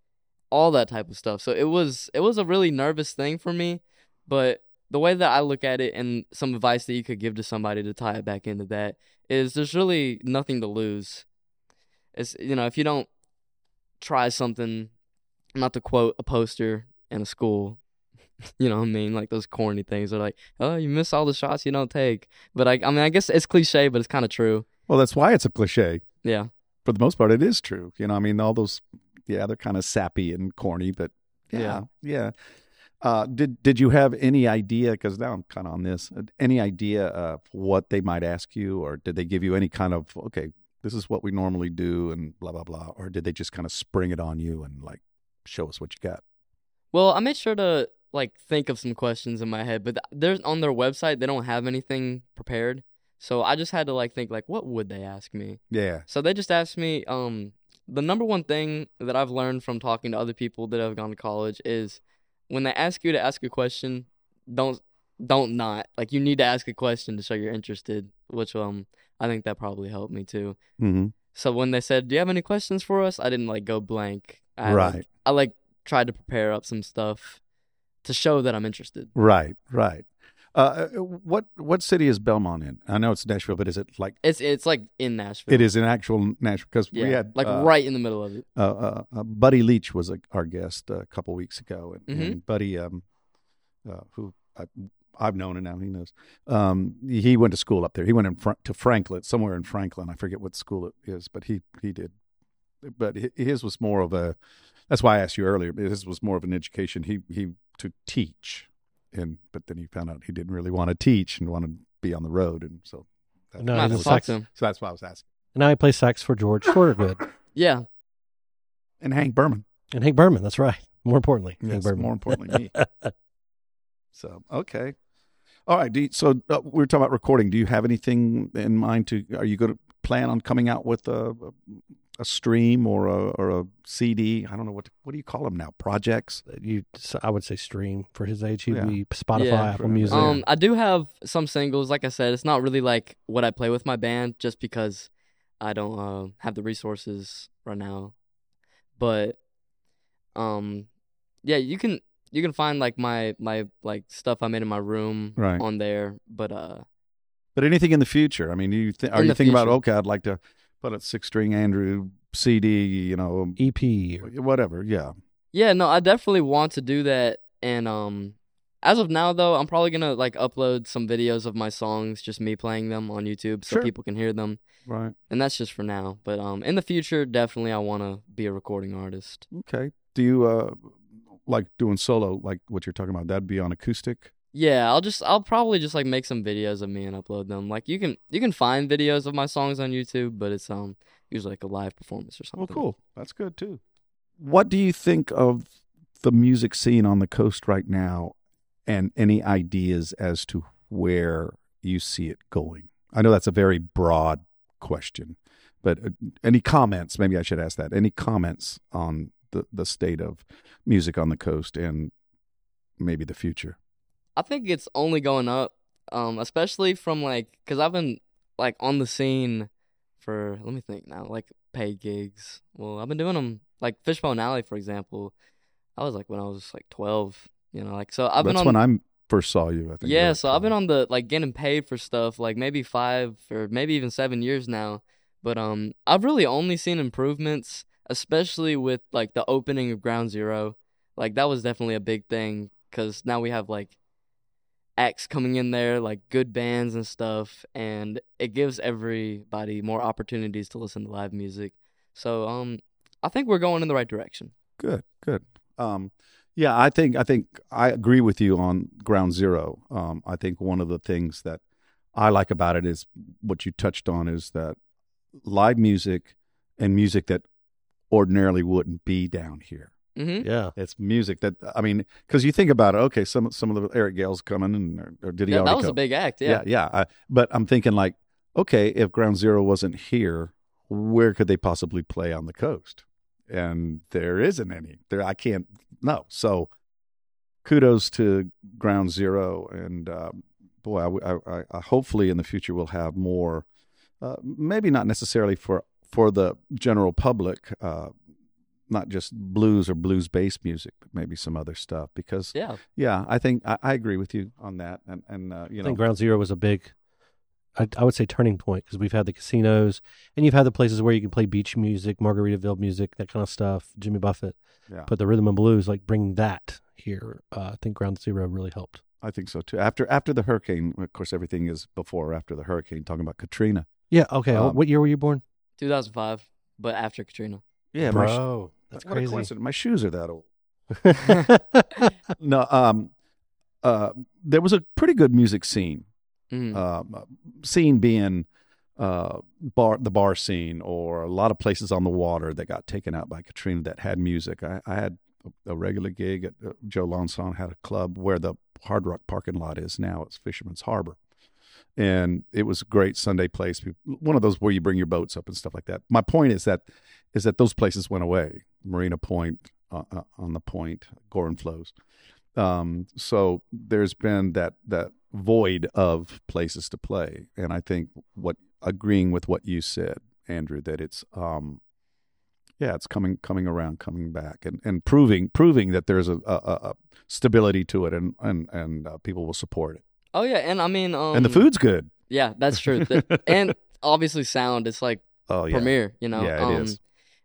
[SPEAKER 1] all that type of stuff. So it was it was a really nervous thing for me, but the way that I look at it and some advice that you could give to somebody to tie it back into that is there's really nothing to lose. It's you know, if you don't try something not to quote a poster in a school, you know what I mean? Like those corny things are like, oh, you miss all the shots you don't take. But I, I mean, I guess it's cliche, but it's kind of true.
[SPEAKER 3] Well, that's why it's a cliche.
[SPEAKER 1] Yeah.
[SPEAKER 3] For the most part, it is true. You know, I mean, all those, yeah, they're kind of sappy and corny, but yeah, yeah. Uh, did did you have any idea? Because now I'm kind of on this. uh, Any idea of what they might ask you, or did they give you any kind of okay? This is what we normally do, and blah blah blah. Or did they just kind of spring it on you and like show us what you got?
[SPEAKER 1] Well, I made sure to like think of some questions in my head, but th- there's on their website they don't have anything prepared, so I just had to like think like what would they ask me?
[SPEAKER 3] Yeah,
[SPEAKER 1] So they just asked me um the number one thing that I've learned from talking to other people that have gone to college is when they ask you to ask a question, don't don't not like you need to ask a question to show you're interested, which um I think that probably helped me too.
[SPEAKER 3] mm-hmm.
[SPEAKER 1] So when they said, "Do you have any questions for us?" I didn't like go blank. I, like-
[SPEAKER 3] Right.
[SPEAKER 1] I like tried to prepare up some stuff to show that I'm interested.
[SPEAKER 3] right, right. Uh, what what city is Belmont in? I know it's Nashville, but is it like
[SPEAKER 1] It's it's like in Nashville.
[SPEAKER 3] it is an actual Nashville? Because
[SPEAKER 1] Yeah.
[SPEAKER 3] we had
[SPEAKER 1] like
[SPEAKER 3] uh,
[SPEAKER 1] right in the middle of it.
[SPEAKER 3] uh, uh, uh, Buddy Leach was a, our guest a couple weeks ago, and,
[SPEAKER 1] Mhm.
[SPEAKER 3] and Buddy, um, uh, who I, I've known and now he knows, um, he went to school up there. He went in front to Franklin, somewhere in Franklin. I forget what school it is, but he he did but hi- his was more of a. That's why I asked you earlier. His was more of an education. He he to teach, and but then he found out he didn't really want to teach and want to be on the road, and so. that-
[SPEAKER 2] No,
[SPEAKER 1] I'm gonna
[SPEAKER 2] he
[SPEAKER 1] have
[SPEAKER 2] was
[SPEAKER 1] to talk
[SPEAKER 2] sax-
[SPEAKER 1] to him.
[SPEAKER 3] so that's why I was asking.
[SPEAKER 2] And now he plays sax for George Thorogood
[SPEAKER 1] Yeah,
[SPEAKER 3] And Hank Berman.
[SPEAKER 2] and Hank Berman. That's right. More importantly, Hank
[SPEAKER 3] Yes,
[SPEAKER 2] Berman.
[SPEAKER 3] more importantly, me. so okay, all right. Do you, so uh, we were talking about recording. Do you have anything in mind? To are you going to plan on coming out with a a stream or a or a CD? I don't know what what do you call them now? Projects.
[SPEAKER 2] you, so I would say stream for his age. He'd
[SPEAKER 3] Yeah.
[SPEAKER 2] be Spotify,
[SPEAKER 1] Yeah.
[SPEAKER 2] Apple Music.
[SPEAKER 1] Um, I do have some singles. Like I said, it's not really like what I play with my band, just because I don't uh, have the resources right now. But, um, yeah, you can you can find like my my like stuff I made in my room
[SPEAKER 3] Right.
[SPEAKER 1] on there. But uh,
[SPEAKER 3] But anything in the future? I mean, do you th- are
[SPEAKER 1] In
[SPEAKER 3] you
[SPEAKER 1] the
[SPEAKER 3] thinking about
[SPEAKER 1] future.
[SPEAKER 3] okay? I'd like to put a six string Andrew CD. You know,
[SPEAKER 2] E EP.
[SPEAKER 3] Hmm?
[SPEAKER 2] or-
[SPEAKER 3] whatever. Yeah.
[SPEAKER 1] yeah, no, I definitely want to do that. And um, as of now though, I'm probably gonna like upload some videos of my songs, just me playing them on YouTube, so
[SPEAKER 3] Sure.
[SPEAKER 1] people can hear them.
[SPEAKER 3] Right.
[SPEAKER 1] And that's just for now. But um, in the future, definitely I want to be a recording artist.
[SPEAKER 3] Okay. Do you uh like doing solo? Like what you're talking about? That'd be on acoustic.
[SPEAKER 1] Yeah, I'll just I'll probably just like make some videos of me and upload them. Like you can you can find videos of my songs on YouTube, but it's um usually like a live performance or something.
[SPEAKER 3] Well, cool. That's good too. What do you think of the music scene on the coast right now and any ideas as to where you see it going? I know that's a very broad question, but uh, any comments? Maybe I should ask that. Any comments on the, the state of music on the coast and maybe the future?
[SPEAKER 1] I think it's only going up, um, especially from like because I've been like on the scene for let me think now like paid gigs. Well, I've been doing them like Fishbone Alley for example. I was like when I was like twelve, you know, like so I've been
[SPEAKER 3] that's
[SPEAKER 1] on
[SPEAKER 3] when I first saw you. I think.
[SPEAKER 1] Yeah, so I've been on the like getting paid for stuff like maybe five or maybe even seven years now. But um I've really only seen improvements, especially with like the opening of Ground Zero. Like that was definitely a big thing because now we have like acts coming in there, like good bands and stuff, and it gives everybody more opportunities to listen to live music. So um I think we're going in the right direction.
[SPEAKER 3] Good, good. Um, yeah, I think I think I agree with you on ground zero. Um, I think one of the things that I like about it is what you touched on is that live music and music that ordinarily wouldn't be down here.
[SPEAKER 1] Mm-hmm.
[SPEAKER 2] Yeah.
[SPEAKER 3] It's music that I mean, because you think about it. Okay, some some of the Eric Gale's coming, and or, or did he
[SPEAKER 1] Yeah,
[SPEAKER 3] already
[SPEAKER 1] that was
[SPEAKER 3] come?
[SPEAKER 1] a big act,
[SPEAKER 3] yeah, yeah. I, but I'm thinking like, okay, if Ground Zero wasn't here, where could they possibly play on the coast? And there isn't any. There, I can't. No. So, kudos to Ground Zero, and uh, boy, I, I, I hopefully in the future we'll have more. Uh, maybe not necessarily for for the general public. Uh, not just blues or blues based music, but maybe some other stuff. Because
[SPEAKER 1] Yeah.
[SPEAKER 3] yeah, I think I, I agree with you on that. And and uh, you
[SPEAKER 2] I
[SPEAKER 3] know,
[SPEAKER 2] think Ground Zero was a big, I, I would say, turning point because we've had the casinos and you've had the places where you can play beach music, Margaritaville music, that kind of stuff, Jimmy Buffett.
[SPEAKER 3] Yeah.
[SPEAKER 2] But the rhythm and blues, like bringing that here, uh, I think Ground Zero really helped.
[SPEAKER 3] I think so too. After after the hurricane, of course, everything is before or after the hurricane. Talking about Katrina.
[SPEAKER 2] Yeah. Okay. uh,
[SPEAKER 3] Um,
[SPEAKER 2] what year were you born?
[SPEAKER 1] Two thousand five, but after Katrina.
[SPEAKER 3] Yeah, My, sh-
[SPEAKER 2] Bro. that's
[SPEAKER 3] what A
[SPEAKER 2] crazy.
[SPEAKER 3] coincidence. My shoes are that old.
[SPEAKER 2] yeah.
[SPEAKER 3] No, um, uh, there was a pretty good music scene.
[SPEAKER 1] Mm.
[SPEAKER 3] Um, scene being uh bar the bar scene or a lot of places on the water that got taken out by Katrina that had music. I, I had a, a regular gig at uh, Joe Lonson had a club where the Hard Rock parking lot is now. It's Fisherman's Harbor. And it was a great Sunday place. Peop- One of those where you bring your boats up and stuff like that. My point is that is that those places went away. Marina Point uh, uh, on the point, Gorin Flows um, so there's been that that void of places to play and i think what agreeing with what you said andrew that it's um yeah it's coming coming around coming back and and proving proving that there's a, a, a a stability to it and and and uh, people will support it
[SPEAKER 1] Oh yeah, and I mean, um,
[SPEAKER 3] and the food's good
[SPEAKER 1] Yeah, that's true. Th- and obviously, sound. It's like
[SPEAKER 3] oh yeah
[SPEAKER 1] premiere, you know.
[SPEAKER 3] Yeah, it
[SPEAKER 1] um,
[SPEAKER 3] is.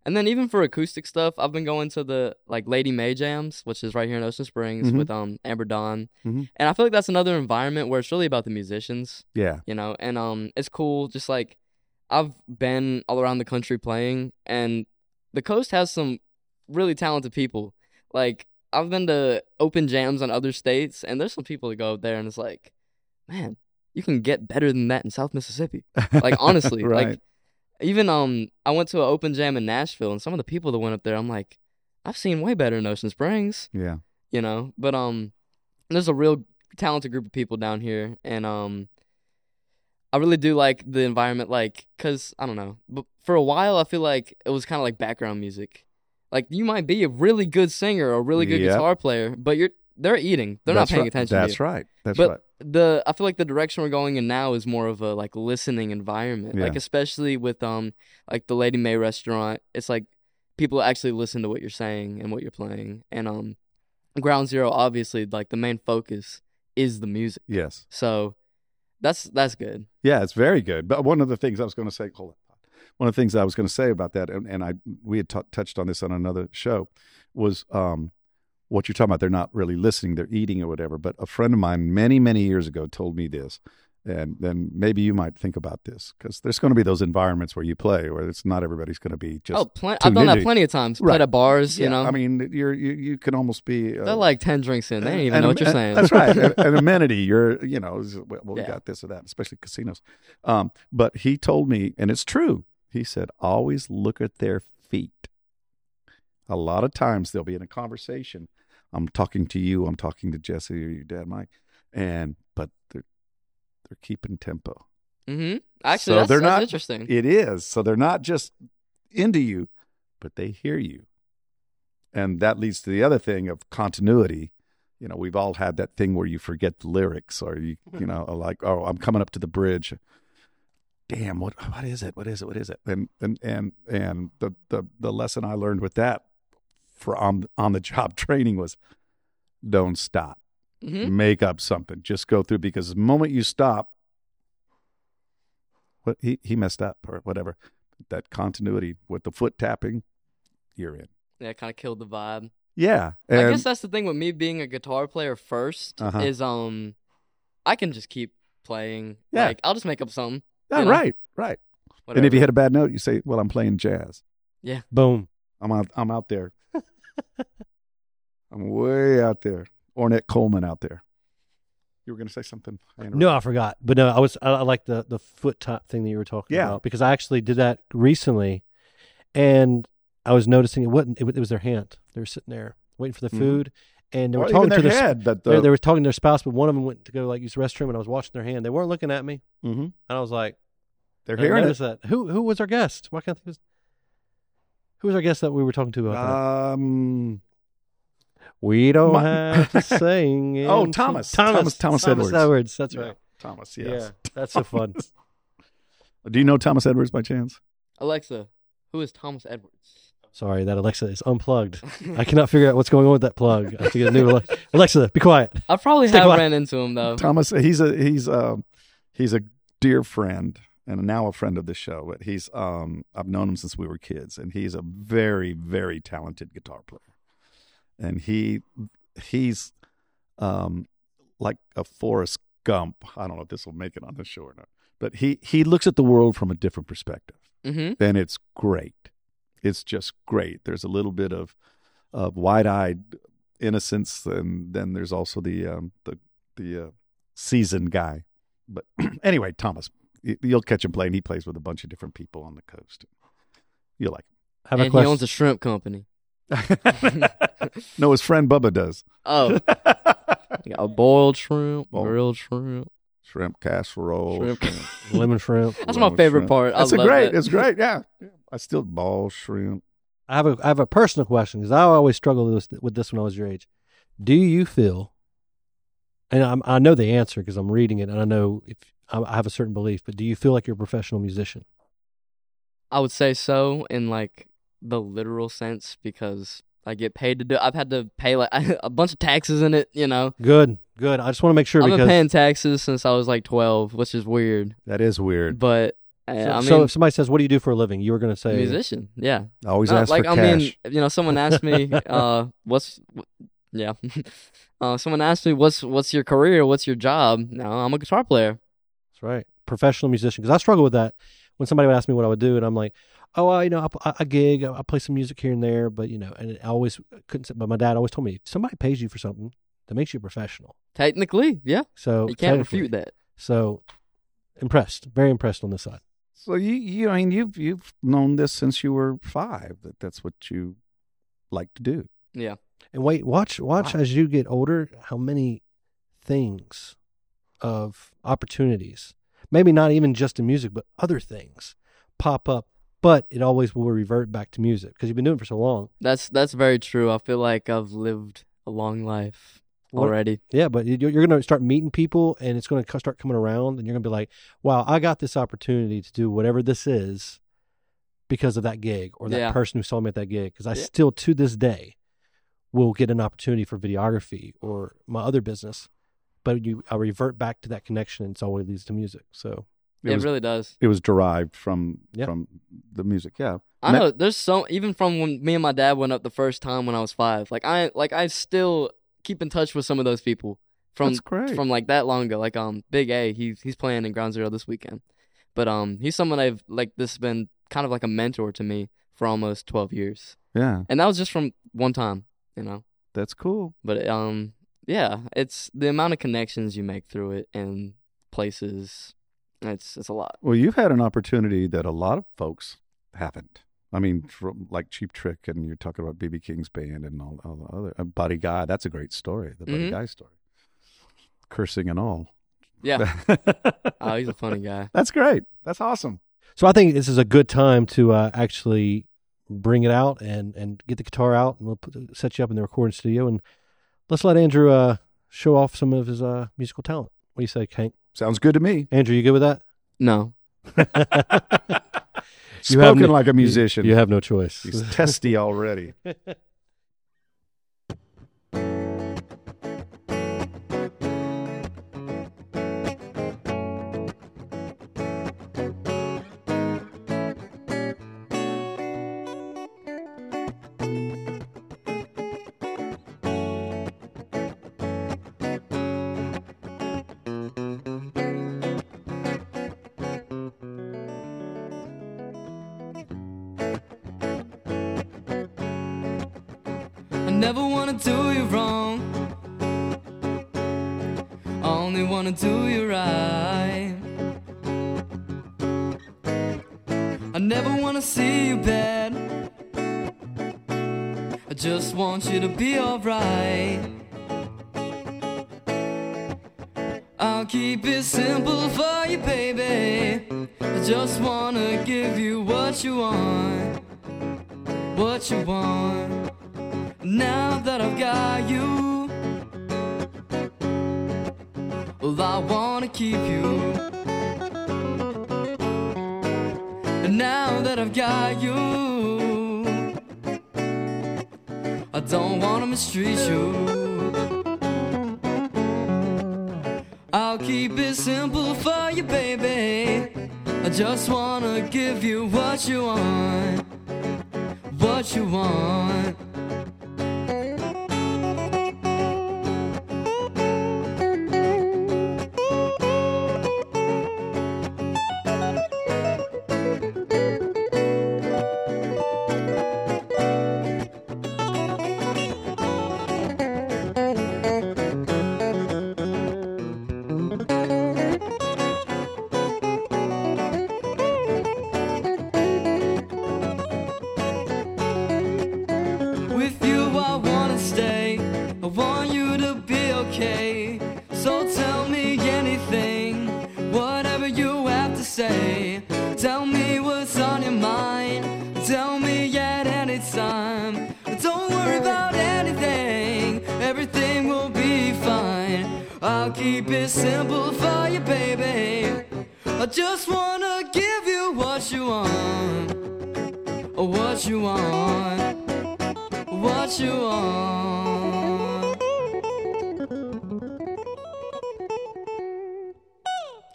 [SPEAKER 1] And then even for acoustic stuff, I've been going to the like Lady May jams, which is right here in Ocean Springs
[SPEAKER 3] Mhm.
[SPEAKER 1] with um Amber Dawn,
[SPEAKER 3] Mhm.
[SPEAKER 1] and I feel like that's another environment where it's really about the musicians,
[SPEAKER 3] yeah
[SPEAKER 1] you know. And um, it's cool. Just like I've been all around the country playing, and the coast has some really talented people. Like I've been to open jams in other states, and there's some people that go up there, and it's like, man, you can get better than that in South Mississippi. Like honestly,
[SPEAKER 3] right?
[SPEAKER 1] like even um, I went to an open jam in Nashville, and some of the people that went up there, I'm like, I've seen way better in Ocean Springs,
[SPEAKER 3] yeah,
[SPEAKER 1] you know. But um, there's a real talented group of people down here, and um, I really do like the environment, like, cause I don't know, but for a while I feel like it was kind of like background music. Like you might be a really good singer or a really good
[SPEAKER 3] Yeah.
[SPEAKER 1] guitar player, but you're they're eating, they're
[SPEAKER 3] That's
[SPEAKER 1] not paying
[SPEAKER 3] right.
[SPEAKER 1] attention. to you
[SPEAKER 3] That's right. That's
[SPEAKER 1] but
[SPEAKER 3] right.
[SPEAKER 1] the I feel like the direction we're going in now is more of a like listening environment.
[SPEAKER 3] Yeah.
[SPEAKER 1] Like especially with um like the Lady May restaurant, it's like people actually listen to what you're saying and what you're playing. And um Ground Zero obviously like the main focus is the music.
[SPEAKER 3] Yes.
[SPEAKER 1] So that's that's good.
[SPEAKER 3] Yeah, it's very good. But one of the things I was going to say, hold on. One of the things I was going to say about that, and, and I we had t- touched on this on another show, was um, what you're talking about. They're not really listening; they're eating or whatever. But a friend of mine many many years ago told me this, and then maybe you might think about this because there's going to be those environments where you play where it's not everybody's going to be just.
[SPEAKER 1] oh, plen- I've
[SPEAKER 3] tuned
[SPEAKER 1] done that
[SPEAKER 3] into-
[SPEAKER 1] plenty of times.
[SPEAKER 3] Right.
[SPEAKER 1] Played at bars,
[SPEAKER 3] Yeah,
[SPEAKER 1] you know.
[SPEAKER 3] I mean, you're you, you can almost be. Uh,
[SPEAKER 1] they're like ten drinks in. They don't even
[SPEAKER 3] an-
[SPEAKER 1] know what you're
[SPEAKER 3] an-
[SPEAKER 1] saying.
[SPEAKER 3] That's right. An- an amenity. You're, you know, is- well, we
[SPEAKER 1] Yeah.
[SPEAKER 3] got this or that, especially casinos. Um, but he told me, and it's true. He said, always look at their feet. A lot of times they'll be in a conversation. I'm talking to you. I'm talking to Jesse or your dad, Mike, and but they're they're keeping tempo.
[SPEAKER 1] mm-hmm. Actually,
[SPEAKER 3] So
[SPEAKER 1] that's,
[SPEAKER 3] they're
[SPEAKER 1] that's
[SPEAKER 3] not-
[SPEAKER 1] interesting.
[SPEAKER 3] It is so they're not just into you, but they hear you, and that leads to the other thing of continuity. You know, we've all had that thing where you forget the lyrics, or you you know, are like oh, I'm coming up to the bridge. Damn, what what is it? What is it? What is it? And and and and the the the lesson I learned with that for on on the job training was don't stop
[SPEAKER 1] hmm
[SPEAKER 3] make up something. Just go through because the moment you stop, what he, he messed up or whatever. That continuity with the foot tapping, you're in.
[SPEAKER 1] Yeah, kind of killed the vibe.
[SPEAKER 3] Yeah, and
[SPEAKER 1] I guess that's the thing with me being a guitar player 1st
[SPEAKER 3] Uh-huh.
[SPEAKER 1] is um I can just keep playing.
[SPEAKER 3] Yeah.
[SPEAKER 1] Like I'll just make up some.
[SPEAKER 3] yeah,
[SPEAKER 1] you know,
[SPEAKER 3] oh, right, right. And if you hit a bad note, you say, "Well, I'm playing jazz.
[SPEAKER 2] Boom.
[SPEAKER 3] I'm out. I'm out there. I'm way out there. Ornette Coleman out there." You were going to say something? I interrupted.
[SPEAKER 2] No, I forgot. But no, I was I, I like the the foot top thing that you were talking
[SPEAKER 3] Yeah.
[SPEAKER 2] about because I actually did that recently, and I was noticing it wasn't it, wa- it was their hand. They were sitting there waiting for the
[SPEAKER 3] Mhm.
[SPEAKER 2] food, and they were
[SPEAKER 3] Or
[SPEAKER 2] talking
[SPEAKER 3] even
[SPEAKER 2] to
[SPEAKER 3] their
[SPEAKER 2] their sp-
[SPEAKER 3] head. That the,
[SPEAKER 2] they, they were talking to their spouse, but one of them went to go like use the restroom, and I was watching their hand. They weren't looking at me,
[SPEAKER 3] Mhm.
[SPEAKER 2] and I was like,
[SPEAKER 3] they're
[SPEAKER 2] I
[SPEAKER 3] hearing it.
[SPEAKER 2] noticed that. Who who was our guest? Why can't I think it was who was our guest that we were talking to about that?
[SPEAKER 3] Um, Uh,
[SPEAKER 2] We don't
[SPEAKER 3] my-
[SPEAKER 2] have to sing.
[SPEAKER 3] Oh,
[SPEAKER 2] in-
[SPEAKER 3] Thomas.
[SPEAKER 2] Thomas,
[SPEAKER 3] Thomas- Thomas Edwards.
[SPEAKER 2] That's
[SPEAKER 3] yeah,
[SPEAKER 2] right.
[SPEAKER 3] Thomas.
[SPEAKER 2] Yeah,
[SPEAKER 3] Yes.
[SPEAKER 2] that's so fun.
[SPEAKER 3] Do you know Thomas Edwards by chance?
[SPEAKER 1] Alexa, who is Thomas Edwards?
[SPEAKER 2] Sorry, that Alexa is unplugged. I cannot figure out what's going on with that plug. I have to get a new Alexa. Alexa, be quiet.
[SPEAKER 1] I probably
[SPEAKER 2] Stick
[SPEAKER 1] have
[SPEAKER 2] with-
[SPEAKER 1] ran into him though.
[SPEAKER 3] Thomas, he's a he's um he's a dear friend and now a friend of the show. But he's um I've known him since we were kids, and he's a very very talented guitar player. And he he's um like a Forrest Gump. I don't know if this will make it on the show or not, but he he looks at the world from a different perspective.
[SPEAKER 1] Mm-hmm.
[SPEAKER 3] then it's great. It's just great. There's a little bit of of wide eyed innocence, and then there's also the um, the the uh, seasoned guy. But anyway, Thomas, y- you'll catch him playing. He plays with a bunch of different people on the coast. You'll like.
[SPEAKER 2] I have
[SPEAKER 1] and
[SPEAKER 2] a
[SPEAKER 1] he owns
[SPEAKER 2] question.
[SPEAKER 1] a shrimp company.
[SPEAKER 3] Him. no, his friend Bubba does
[SPEAKER 1] Oh, you got a boiled shrimp,
[SPEAKER 3] Boiled.
[SPEAKER 1] grilled shrimp,
[SPEAKER 3] shrimp casserole.
[SPEAKER 1] shrimp.
[SPEAKER 2] Lemon shrimp.
[SPEAKER 1] That's my favorite part. I
[SPEAKER 3] That's a
[SPEAKER 1] love
[SPEAKER 3] great.
[SPEAKER 1] that.
[SPEAKER 3] It's great. Yeah. Yeah. I still ball shrimp.
[SPEAKER 2] I have a I have a personal question because I always struggled with this, with this when I was your age. Do you feel? And I'm, I know the answer because I'm reading it, and I know if I I have a certain belief. But do you feel like you're a professional musician?
[SPEAKER 1] I would say so in like the literal sense because I get paid to do. I've had to pay like a bunch of taxes in it, you know.
[SPEAKER 2] Good, good. I just want to make sure
[SPEAKER 1] I've been
[SPEAKER 2] because
[SPEAKER 1] paying taxes since I was like twelve, which is weird.
[SPEAKER 3] That is weird.
[SPEAKER 1] But uh,
[SPEAKER 2] so,
[SPEAKER 1] I mean,
[SPEAKER 2] so if somebody says, "What do you do for a living?" you were going to say,
[SPEAKER 1] musician, yeah.
[SPEAKER 3] I always
[SPEAKER 1] No,
[SPEAKER 3] ask
[SPEAKER 1] like
[SPEAKER 3] for
[SPEAKER 1] I
[SPEAKER 3] cash.
[SPEAKER 1] mean, you know, someone asked me, uh, what's, wh- yeah, uh, someone asked me, what's what's your career? What's your job? No, I'm a guitar player.
[SPEAKER 2] "That's right, professional musician." Because I struggle with that. when somebody would ask me what I would do, and I'm like, oh, well, you know, I, I gig, I, I play some music here and there, but you know, and I always couldn't. say- But my dad always told me, if somebody pays you for something, that makes you a professional.
[SPEAKER 1] Technically, yeah,
[SPEAKER 2] So
[SPEAKER 1] you can't
[SPEAKER 2] Oh, technically-
[SPEAKER 1] refute that.
[SPEAKER 2] So impressed, very impressed on this side.
[SPEAKER 3] So you, you, I mean, you've you've known this since you were five that that's what you like to do.
[SPEAKER 1] Yeah,
[SPEAKER 2] And wait, watch, watch
[SPEAKER 3] Wow.
[SPEAKER 2] as you get older, how many things of opportunities, maybe not even just in music, but other things pop up. But it always will revert back to music because you've been doing it for so long.
[SPEAKER 1] that's that's very true. I feel like I've lived a long life
[SPEAKER 2] What-
[SPEAKER 1] already.
[SPEAKER 2] Yeah, but you- you're going to start meeting people, and it's going to start coming around, and you're going to be like, "Wow, I got this opportunity to do whatever this is because of that gig or that
[SPEAKER 1] Yeah.
[SPEAKER 2] person who saw me at that gig." Because I
[SPEAKER 1] Yeah.
[SPEAKER 2] still, to this day, will get an opportunity for videography or my other business, but you I revert back to that connection, and it's always leads to music. So
[SPEAKER 1] It,
[SPEAKER 3] It was,
[SPEAKER 1] really does.
[SPEAKER 3] it was derived from
[SPEAKER 2] Yeah.
[SPEAKER 3] from the music. Yeah,
[SPEAKER 1] I
[SPEAKER 3] Me-
[SPEAKER 1] know there's so even from when me and my dad went up the first time when I was five. Like I like I still keep in touch with some of those people from
[SPEAKER 3] that's great.
[SPEAKER 1] from like that long ago. Like um Big A, he's he's playing in Ground Zero this weekend. But um he's someone I've like this has been kind of like a mentor to me for almost twelve years.
[SPEAKER 3] yeah,
[SPEAKER 1] And that was just from one time, you know.
[SPEAKER 3] that's cool.
[SPEAKER 1] But um yeah, it's the amount of connections you make through it and places it's it's a lot.
[SPEAKER 3] Well, you've had an opportunity that a lot of folks haven't. I mean, from like Cheap Trick, and you're talking about BB King's band and all, all the other uh, Buddy Guy. That's a great story, the Buddy
[SPEAKER 2] Mm-hmm.
[SPEAKER 1] Mhm.
[SPEAKER 3] Guy story, cursing and all.
[SPEAKER 1] Yeah. oh,
[SPEAKER 2] Uh,
[SPEAKER 1] he's a funny guy.
[SPEAKER 3] That's great. That's awesome.
[SPEAKER 2] So I think this is a good time to uh, actually bring it out and and get the guitar out, and we'll put, set you up in the recording studio, and let's let Andrew uh, show off some of his uh, musical talent. What do you say, Hank?
[SPEAKER 3] Sounds good to me.
[SPEAKER 2] Andrew, you good with that?
[SPEAKER 1] No.
[SPEAKER 2] You have
[SPEAKER 3] Spoken
[SPEAKER 2] me-
[SPEAKER 3] like a musician.
[SPEAKER 2] You, have no choice.
[SPEAKER 3] He's testy already.
[SPEAKER 1] I never wanna do you wrong. I only wanna do you right. I never wanna see you bad. I just want you to be alright. I'll keep it simple for you, baby. I just wanna give you what you want. What you want. Now that I've got you, well, I wanna keep you. And now that I've got you, I don't wanna mistreat you. I'll keep it simple for you, baby. I just wanna give you what you want, what you want. With you, I wanna stay. I want you to be okay. So tell me anything, whatever you have to say. Tell me what's on your mind. Tell me at any time. Don't worry about anything, everything will be fine. I'll keep it simple for you, baby. I just wanna give you what you want. What you want what you want.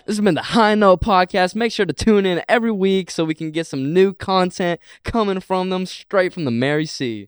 [SPEAKER 1] This has been the High Note Podcast. Make sure to tune in every week so we can get some new content coming from them straight from the Mary C.